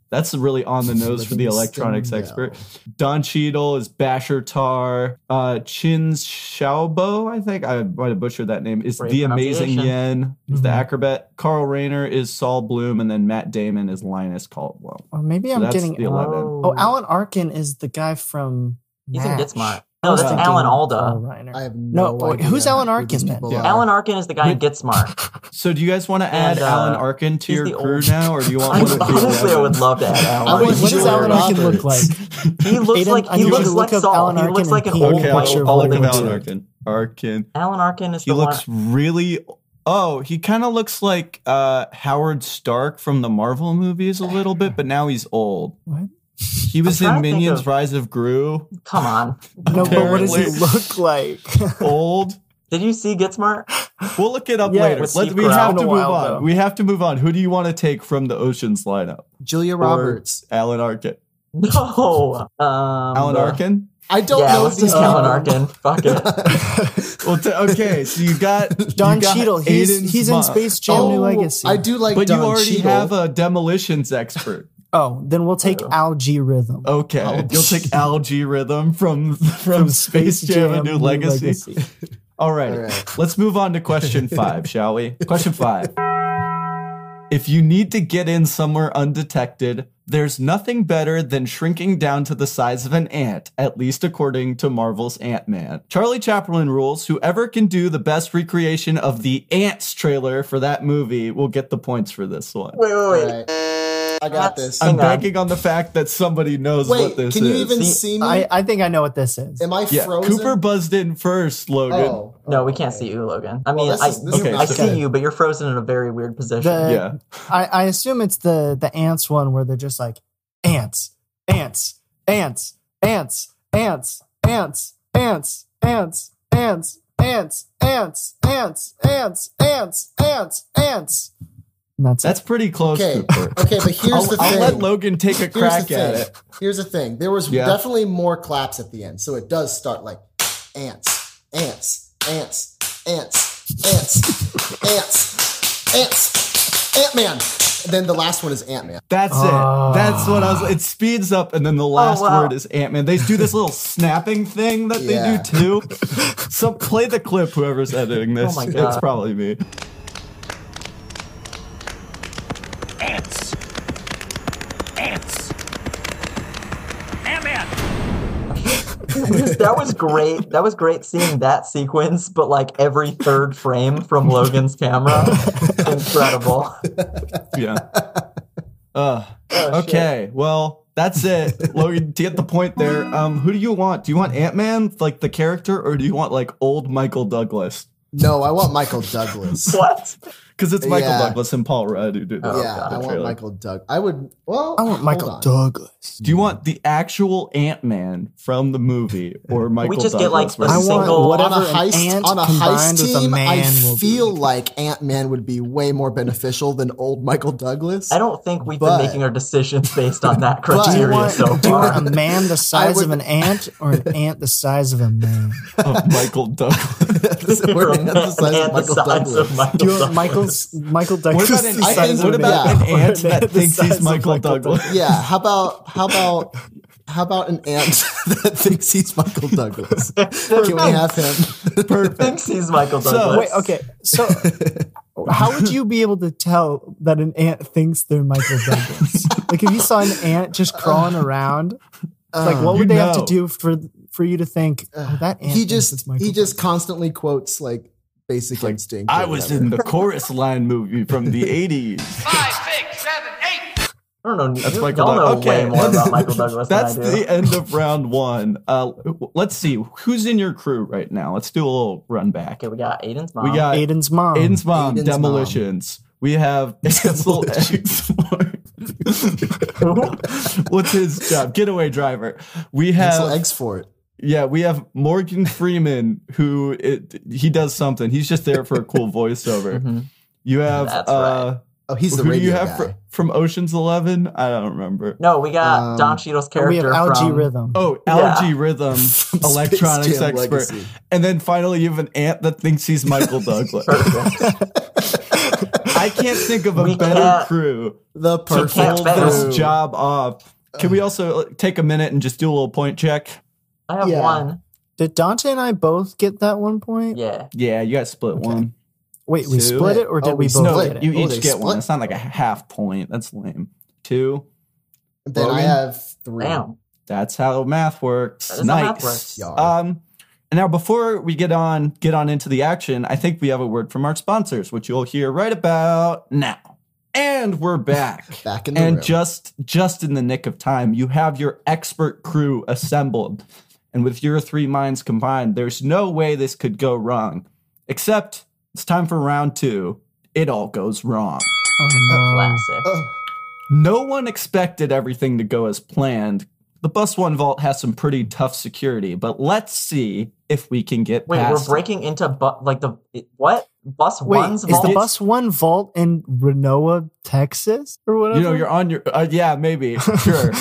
Speaker 1: That's really on the nose for the
Speaker 3: Livingston
Speaker 1: electronics
Speaker 3: Dell.
Speaker 1: expert. Don Cheadle is Basher Tar. Uh, Chin Xiaobo, I think I might have butchered that name, is
Speaker 4: Great
Speaker 1: the amazing Yen, is the
Speaker 2: Mhm.
Speaker 1: acrobat. Carl Rayner is Saul Bloom, and then Matt Damon is Linus Caldwell.
Speaker 2: Or maybe
Speaker 1: So
Speaker 2: I'm
Speaker 1: that's
Speaker 2: getting.
Speaker 1: the 11.
Speaker 2: oh, Alan Arkin is the guy from.
Speaker 4: He's in
Speaker 2: Match.
Speaker 4: Get Smart.
Speaker 2: I
Speaker 4: No,
Speaker 2: was
Speaker 1: that's
Speaker 2: thinking
Speaker 4: Alan Alda.
Speaker 2: Carl Reiner.
Speaker 3: I have
Speaker 2: No,
Speaker 3: no,
Speaker 2: wait,
Speaker 3: idea
Speaker 2: who's Alan
Speaker 3: who
Speaker 2: Arkin
Speaker 3: these
Speaker 2: then?
Speaker 3: people
Speaker 1: Yeah.
Speaker 3: are.
Speaker 4: Alan Arkin is the guy in
Speaker 1: Wait.
Speaker 4: Get Smart.
Speaker 2: [LAUGHS]
Speaker 1: So, do you guys want to add
Speaker 4: And, uh,
Speaker 1: Alan Arkin to
Speaker 4: he's
Speaker 1: your
Speaker 4: the
Speaker 1: crew
Speaker 4: old-
Speaker 1: now, or do you want
Speaker 4: [LAUGHS] I,
Speaker 1: one of the
Speaker 4: honestly, I would love
Speaker 1: [LAUGHS]
Speaker 4: to add
Speaker 3: I
Speaker 4: Alan
Speaker 2: Wait, what
Speaker 4: Arkin.
Speaker 3: would Wait,
Speaker 2: does
Speaker 3: Julia
Speaker 2: Alan Arkin look
Speaker 3: Roberts.
Speaker 2: like?
Speaker 4: He looks
Speaker 2: Aiden,
Speaker 4: like
Speaker 2: I
Speaker 4: he
Speaker 2: need you
Speaker 4: looks
Speaker 2: to
Speaker 4: like
Speaker 2: look up
Speaker 4: Saul.
Speaker 2: Alan
Speaker 4: he
Speaker 2: Arkin
Speaker 4: looks like an
Speaker 2: and
Speaker 4: old
Speaker 2: Peter
Speaker 1: Okay,
Speaker 4: white
Speaker 2: Butcher
Speaker 1: I'll, I'll look
Speaker 2: Wolverine.
Speaker 1: up
Speaker 4: old
Speaker 1: Alan
Speaker 4: dude.
Speaker 1: Arkin. Arkin.
Speaker 4: Alan Arkin is
Speaker 1: He
Speaker 4: the
Speaker 1: looks really. Oh, he kind of looks like uh, Howard Stark from the Marvel movies a little bit, but now he's old.
Speaker 2: What?
Speaker 1: He was
Speaker 4: trying
Speaker 1: in
Speaker 4: to think
Speaker 1: Minions:
Speaker 4: of-
Speaker 1: Rise of Gru.
Speaker 4: one. Come on,
Speaker 2: No, but what does he
Speaker 1: Apparently.
Speaker 2: look like?
Speaker 1: Old.
Speaker 4: did you see Get Smart?
Speaker 1: We'll look it up
Speaker 2: Yeah,
Speaker 1: later.
Speaker 4: with
Speaker 1: Let,
Speaker 4: Steve
Speaker 1: we
Speaker 4: Carell.
Speaker 1: have
Speaker 2: Been
Speaker 1: to
Speaker 2: a
Speaker 1: move
Speaker 2: while,
Speaker 1: on.
Speaker 2: though.
Speaker 1: We have to move on. Who do you want to take from the Ocean's lineup?
Speaker 3: Julia Roberts.
Speaker 1: Or Alan Arkin. [LAUGHS]
Speaker 4: No, um,
Speaker 1: Alan Arkin.
Speaker 3: I don't
Speaker 4: yeah,
Speaker 3: know
Speaker 4: let's
Speaker 3: these
Speaker 4: do Alan
Speaker 3: people.
Speaker 4: Arkin. Fuck
Speaker 3: [LAUGHS]
Speaker 4: it.
Speaker 1: Well, t- okay. So you got
Speaker 2: Don
Speaker 1: you got
Speaker 2: Cheadle. He's
Speaker 1: Aiden's
Speaker 2: he's in
Speaker 1: mom.
Speaker 2: Space Jam: New Legacy.
Speaker 3: Oh, I do like
Speaker 1: But
Speaker 3: Don
Speaker 1: you already
Speaker 3: Cheadle.
Speaker 1: have a demolitions expert.
Speaker 2: oh, then we'll take Al G Rhythm.
Speaker 1: Okay, you'll take algae rhythm from [LAUGHS] from Space Jam: A New Legacy. All right.
Speaker 3: All right.
Speaker 1: Let's move on to
Speaker 3: [LAUGHS]
Speaker 1: question five, shall we? Question five. If you need to get in somewhere undetected, there's nothing better than shrinking down to the size of an ant, at least according to Marvel's Ant Man. Charlie Chaplin rules whoever can do the best recreation of the Ants trailer for that movie will get the points for this one.
Speaker 4: Wait, wait, wait.
Speaker 3: All right. I
Speaker 4: That's-
Speaker 3: got this.
Speaker 1: I'm
Speaker 4: hang on.
Speaker 1: banking on the fact that somebody knows
Speaker 3: Wait,
Speaker 1: what
Speaker 3: can
Speaker 1: this
Speaker 3: you
Speaker 1: is.
Speaker 3: even see me?
Speaker 2: I, I think I know what this is.
Speaker 3: Am I
Speaker 1: yeah,
Speaker 3: frozen?
Speaker 1: Cooper buzzed in first, Logan.
Speaker 3: Oh,
Speaker 4: No, we
Speaker 3: okay.
Speaker 4: can't see you, Logan. I mean,
Speaker 3: this
Speaker 4: I,
Speaker 3: is- this
Speaker 1: is Okay,
Speaker 4: I
Speaker 1: not
Speaker 4: see
Speaker 3: good.
Speaker 4: you, but you're frozen in a very weird position.
Speaker 3: [LAUGHS]
Speaker 2: The-
Speaker 1: Yeah.
Speaker 2: I, I assume it's the the ants one where they're just like ants, ants, ants, ants, ants, ants, ants, ants, ants, ants, ants, ants, ants, ants, ants, ants. And that's it.
Speaker 1: That's pretty close,
Speaker 3: Okay.
Speaker 1: Cooper.
Speaker 3: Okay, [LAUGHS] but here's
Speaker 1: I'll,
Speaker 3: the
Speaker 1: I'll
Speaker 3: thing.
Speaker 1: let Logan take a
Speaker 3: Here's
Speaker 1: crack
Speaker 3: the
Speaker 1: at
Speaker 3: thing.
Speaker 1: it.
Speaker 3: Here's the thing. There was
Speaker 1: Yeah.
Speaker 3: definitely more claps at the end, so it does start like ants, ants, ants, ants, ants, ants, ants, Ant Man. Then the last one is Ant Man.
Speaker 1: That's
Speaker 2: Ah.
Speaker 1: it. That's what I was. It speeds up, and then the last
Speaker 4: Oh, wow.
Speaker 1: word is Ant Man. They do this little snapping thing that
Speaker 3: Yeah.
Speaker 1: they do too. so play the clip, whoever's editing this.
Speaker 4: Oh my
Speaker 1: It's
Speaker 4: God.
Speaker 1: probably me.
Speaker 6: Ants. Ants. Ant-Man.
Speaker 4: [LAUGHS] that was great. That was great seeing that sequence, but like every third frame from Logan's
Speaker 3: [LAUGHS]
Speaker 4: camera.
Speaker 3: Oh,
Speaker 4: Incredible.
Speaker 1: Yeah.
Speaker 4: Oh,
Speaker 1: Uh, okay. Well, that's it. Logan, to get the point there, um, who do you want? Do you want Ant Man, like the character, or do you want like old Michael Douglas?
Speaker 3: No, I want Michael [LAUGHS] Douglas.
Speaker 4: What?
Speaker 1: Because it's Michael
Speaker 3: Yeah.
Speaker 1: Douglas and Paul Rudd who do that.
Speaker 3: yeah, I want
Speaker 1: trailer.
Speaker 3: Michael Doug. Oh, I would. Well,
Speaker 2: I want
Speaker 3: hold
Speaker 2: Michael
Speaker 3: on.
Speaker 2: Douglas.
Speaker 1: Do you want the actual Ant Man from the movie or Michael
Speaker 4: just get, like,
Speaker 1: Douglas?
Speaker 4: a
Speaker 2: I
Speaker 1: versus-
Speaker 2: want
Speaker 4: Single-
Speaker 2: whatever
Speaker 3: on a heist,
Speaker 2: an ant
Speaker 3: on a
Speaker 2: combined
Speaker 3: heist
Speaker 2: with a
Speaker 3: team,
Speaker 2: man
Speaker 3: I
Speaker 2: will
Speaker 3: feel
Speaker 2: be.
Speaker 3: like Ant Man would be way more beneficial than old Michael Douglas.
Speaker 4: I don't think we've
Speaker 3: But-
Speaker 4: been making our decisions based on that
Speaker 3: [LAUGHS] But-
Speaker 2: Do you,
Speaker 4: criteria
Speaker 2: want,
Speaker 4: so
Speaker 2: do you want
Speaker 4: far.
Speaker 2: a man the size
Speaker 3: would-
Speaker 2: of an ant or an ant the size of a man?
Speaker 1: of [LAUGHS] Michael Douglas.
Speaker 4: [LAUGHS]
Speaker 3: We're
Speaker 4: And the
Speaker 3: emphasizing Michael
Speaker 4: size
Speaker 3: Douglas.
Speaker 4: of Michael
Speaker 2: Do you want
Speaker 4: Douglas.
Speaker 2: Michael's, Michael
Speaker 1: What
Speaker 2: Douglas?
Speaker 1: about
Speaker 2: the
Speaker 1: an,
Speaker 3: [LAUGHS] I
Speaker 2: size
Speaker 3: think-
Speaker 1: ant,
Speaker 2: of
Speaker 1: what
Speaker 2: an
Speaker 1: about
Speaker 2: [LAUGHS] ant?
Speaker 1: an
Speaker 2: Or
Speaker 1: ant that
Speaker 2: the
Speaker 1: thinks
Speaker 2: size
Speaker 1: he's
Speaker 2: of
Speaker 1: Michael Douglas?
Speaker 3: Yeah. How about how about how about an ant [LAUGHS] that thinks he's Michael Douglas? Can we have him? [LAUGHS]
Speaker 4: Thinks he's Michael
Speaker 2: [LAUGHS]
Speaker 4: Douglas.
Speaker 2: Wait, okay. So, how would you be able to tell that an ant thinks they're Michael Douglas? like, if you saw an ant just crawling around, it's like, what
Speaker 1: You
Speaker 2: would they have to
Speaker 1: know.
Speaker 2: do for for you to think oh, that ant?
Speaker 3: he
Speaker 2: thinks it's
Speaker 3: just
Speaker 2: Michael
Speaker 3: he just constantly quotes like Basic Instinct.
Speaker 1: [LAUGHS]
Speaker 3: or
Speaker 1: I was
Speaker 3: whatever.
Speaker 1: in the chorus line movie from the 80s.
Speaker 6: Five, six, seven, eight.
Speaker 4: I don't know.
Speaker 1: That's
Speaker 4: you
Speaker 1: Michael
Speaker 4: y'all know
Speaker 1: Douglas. Okay,
Speaker 4: way more
Speaker 1: that's-
Speaker 4: about Michael
Speaker 1: [LAUGHS]
Speaker 4: Douglas
Speaker 1: That's
Speaker 4: than I do.
Speaker 1: the end of round one. Uh, let's see. Who's in your crew right now? Let's do a little run back.
Speaker 4: Okay, we got Aiden's mom.
Speaker 1: We got
Speaker 2: Douglas. Aiden's mom.
Speaker 1: Aiden's mom,
Speaker 3: Aiden's
Speaker 1: Demolitions. We have Ansel [LAUGHS] Exmore. What's his job? Getaway driver. We
Speaker 3: Ansel
Speaker 1: have
Speaker 3: Exfort.
Speaker 1: Yeah, we have Morgan Freeman who it, he does something. He's just there for a cool voiceover.
Speaker 4: Mhm.
Speaker 1: You have
Speaker 4: That's
Speaker 1: uh
Speaker 3: Oh, he's the
Speaker 1: who do
Speaker 3: radio
Speaker 1: you have
Speaker 3: guy.
Speaker 1: fr- from Ocean's 11? I don't remember.
Speaker 4: No, we got
Speaker 3: Um,
Speaker 4: Don Cheadle's
Speaker 2: we have
Speaker 4: character
Speaker 2: algae
Speaker 4: from
Speaker 2: rhythm.
Speaker 1: Oh,
Speaker 4: Yeah.
Speaker 1: algae rhythm
Speaker 3: [LAUGHS] From Space
Speaker 1: electronics
Speaker 3: Jam
Speaker 1: expert. [LAUGHS]
Speaker 3: Legacy.
Speaker 1: And then finally you have an ant that thinks he's Michael Douglas. I can't think of a
Speaker 4: We
Speaker 1: better
Speaker 4: can't-
Speaker 1: crew
Speaker 3: The
Speaker 1: to
Speaker 3: perfect
Speaker 4: can't
Speaker 1: pull
Speaker 4: better.
Speaker 1: this
Speaker 3: crew.
Speaker 1: job off. Can we also like, take a minute and just do a little point check?
Speaker 4: I have
Speaker 3: Yeah.
Speaker 4: one.
Speaker 2: Did Dante and I both get that one point?
Speaker 4: Yeah.
Speaker 1: Yeah, you guys split one.
Speaker 2: Wait, we
Speaker 1: Two.
Speaker 2: split it or did
Speaker 3: Oh,
Speaker 2: we
Speaker 3: we
Speaker 2: both
Speaker 3: split.
Speaker 1: No,
Speaker 2: get it?
Speaker 1: you
Speaker 3: Oh,
Speaker 1: each
Speaker 3: they
Speaker 1: get one.
Speaker 3: split?
Speaker 1: It's not like a half point. That's lame. Two.
Speaker 3: Then I
Speaker 1: Logan?
Speaker 3: have three.
Speaker 4: Damn.
Speaker 1: That's how math works.
Speaker 4: That is how
Speaker 1: nice.
Speaker 4: math works.
Speaker 3: Yar.
Speaker 1: Um, and now before we get on get on into the action, I think we have a word from our sponsors, which you'll hear right about now. And we're back.
Speaker 3: [LAUGHS] Back in the
Speaker 1: and
Speaker 3: room.
Speaker 1: just just in the nick of time, you have your expert crew assembled. And with your three minds combined, there's no way this could go wrong. Except it's time for round two. It all goes wrong.
Speaker 2: Oh,
Speaker 4: Classic.
Speaker 3: Oh,
Speaker 1: No one expected everything to go as planned. The Bus One Vault has some pretty tough security, but let's see if we can get
Speaker 4: Wait,
Speaker 1: past.
Speaker 4: we're breaking into bu- like the it- what bus
Speaker 2: no. Wait,
Speaker 4: one's
Speaker 2: is
Speaker 4: vault?
Speaker 2: the bus one vault in Renoa, Texas, or whatever?
Speaker 1: you know, you're on your. Uh, yeah, maybe.
Speaker 4: [LAUGHS]
Speaker 1: Sure.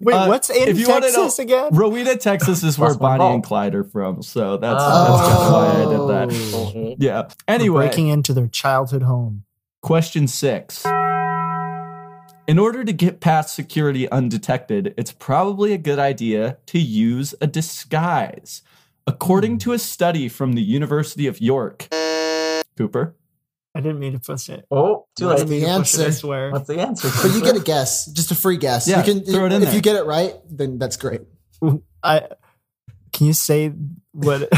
Speaker 2: Wait,
Speaker 1: uh,
Speaker 2: what's in
Speaker 1: if you wanna
Speaker 2: Texas
Speaker 1: know-
Speaker 2: again?
Speaker 1: Rowena, Texas is where
Speaker 4: Bus One
Speaker 1: Bonnie and
Speaker 4: Vault.
Speaker 1: Clyde are from, so that's,
Speaker 3: Oh.
Speaker 1: that's kind of why I did that.
Speaker 4: Mhm.
Speaker 1: Yeah.
Speaker 2: We're
Speaker 1: Anyway,
Speaker 2: breaking into their childhood home.
Speaker 1: Question six. In order to get past security undetected, it's probably a good idea to use a disguise. According to a study from the University of York, Cooper,
Speaker 2: I didn't mean to push it.
Speaker 4: Oh, too
Speaker 3: What's
Speaker 4: late.
Speaker 3: the
Speaker 2: Mean to push it, I
Speaker 3: answer?
Speaker 2: swear.
Speaker 4: What's the answer?
Speaker 3: but you get a guess, just a free guess.
Speaker 1: Yeah,
Speaker 3: you can
Speaker 1: throw it in
Speaker 3: if
Speaker 1: there.
Speaker 3: you get it right, then that's great.
Speaker 2: I can you say what?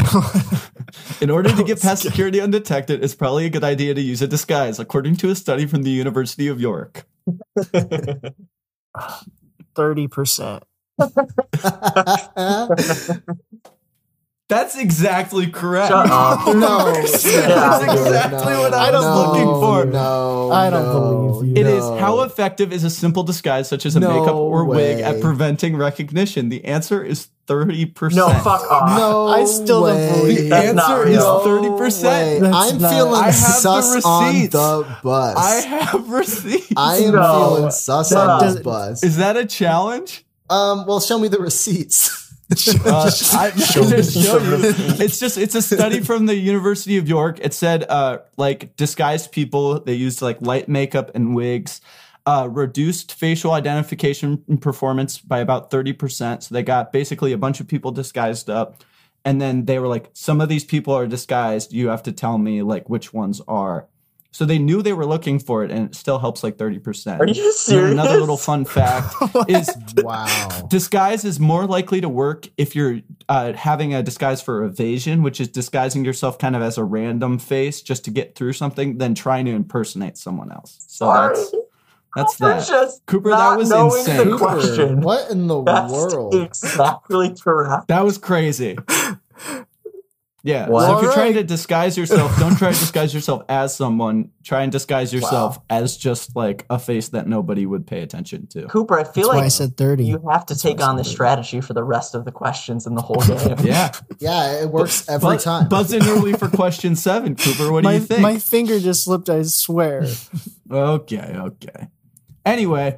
Speaker 1: in order to get
Speaker 2: Oh,
Speaker 1: past
Speaker 2: sca-
Speaker 1: security undetected, it's probably a good idea to use a disguise, according to a study from the University of York.
Speaker 2: Thirty percent.
Speaker 3: [LAUGHS]
Speaker 1: That's exactly correct.
Speaker 4: Shut up. [LAUGHS]
Speaker 3: no,
Speaker 1: That's
Speaker 4: Yeah.
Speaker 1: exactly what I
Speaker 2: I
Speaker 1: was
Speaker 2: don't
Speaker 1: looking for.
Speaker 3: No,
Speaker 2: I don't
Speaker 3: no,
Speaker 2: believe you.
Speaker 1: It
Speaker 3: no.
Speaker 1: is how effective is a simple disguise such as a
Speaker 3: No
Speaker 1: makeup or wig
Speaker 3: way.
Speaker 1: at preventing recognition? The answer is 30%.
Speaker 4: no, fuck off.
Speaker 3: No,
Speaker 2: I still don't
Speaker 3: way.
Speaker 2: believe
Speaker 1: The
Speaker 4: That's
Speaker 1: answer
Speaker 4: not
Speaker 1: is
Speaker 4: real.
Speaker 1: 30%.
Speaker 3: Way.
Speaker 2: That's
Speaker 3: I'm
Speaker 2: not-
Speaker 3: feeling
Speaker 1: I have the
Speaker 3: sus on
Speaker 1: receipts.
Speaker 3: the bus.
Speaker 1: I have receipts.
Speaker 3: I am
Speaker 4: No.
Speaker 3: feeling sus
Speaker 4: That
Speaker 3: on this
Speaker 2: doesn't-
Speaker 3: bus.
Speaker 1: is that a challenge?
Speaker 3: um, well, show me the receipts. [LAUGHS]
Speaker 1: Uh, I, [LAUGHS]
Speaker 3: Show me.
Speaker 1: just show you. It's just it's a study from the University of York. It said uh, like disguised people they used like light makeup and wigs, uh, reduced facial identification and performance by about thirty percent. So they got basically a bunch of people disguised up, and then they were like, some of these people are disguised. You have to tell me like which ones are. So they knew they were looking for it, and it still helps like thirty percent.
Speaker 4: Are you serious?
Speaker 1: Another little fun
Speaker 3: [LAUGHS]
Speaker 1: fact
Speaker 3: Oh
Speaker 1: is
Speaker 3: wow.
Speaker 1: Disguise is more likely to work if you're uh, having a disguise for evasion, which is disguising yourself kind of as a random face just to get through something, than trying to impersonate someone else. So
Speaker 4: Sorry.
Speaker 1: that's
Speaker 4: We're
Speaker 1: that's that.
Speaker 4: just
Speaker 1: Cooper,
Speaker 4: not
Speaker 1: that was
Speaker 4: knowing
Speaker 1: insane.
Speaker 4: The question.
Speaker 3: What in the
Speaker 4: That's
Speaker 3: world?
Speaker 4: exactly correct.
Speaker 1: That was
Speaker 4: [LAUGHS]
Speaker 1: crazy. Yeah.
Speaker 4: Wow.
Speaker 1: So if you're
Speaker 2: All
Speaker 1: trying to
Speaker 2: right.
Speaker 1: disguise yourself, don't try to disguise yourself as someone. Try and disguise yourself as just like a face that nobody would pay attention
Speaker 4: [LAUGHS]
Speaker 1: to.
Speaker 4: Cooper, I
Speaker 2: That's
Speaker 4: feel
Speaker 2: why I
Speaker 4: like
Speaker 2: said thirty.
Speaker 4: you have to take on this strategy for the rest of the questions in the whole game.
Speaker 1: [LAUGHS] Yeah.
Speaker 3: Yeah, it works every
Speaker 1: Bu-
Speaker 3: time.
Speaker 1: Buzz in early for question seven, Cooper. What do
Speaker 2: my,
Speaker 1: you think?
Speaker 2: my finger just slipped. I swear.
Speaker 1: Okay, okay. Anyway,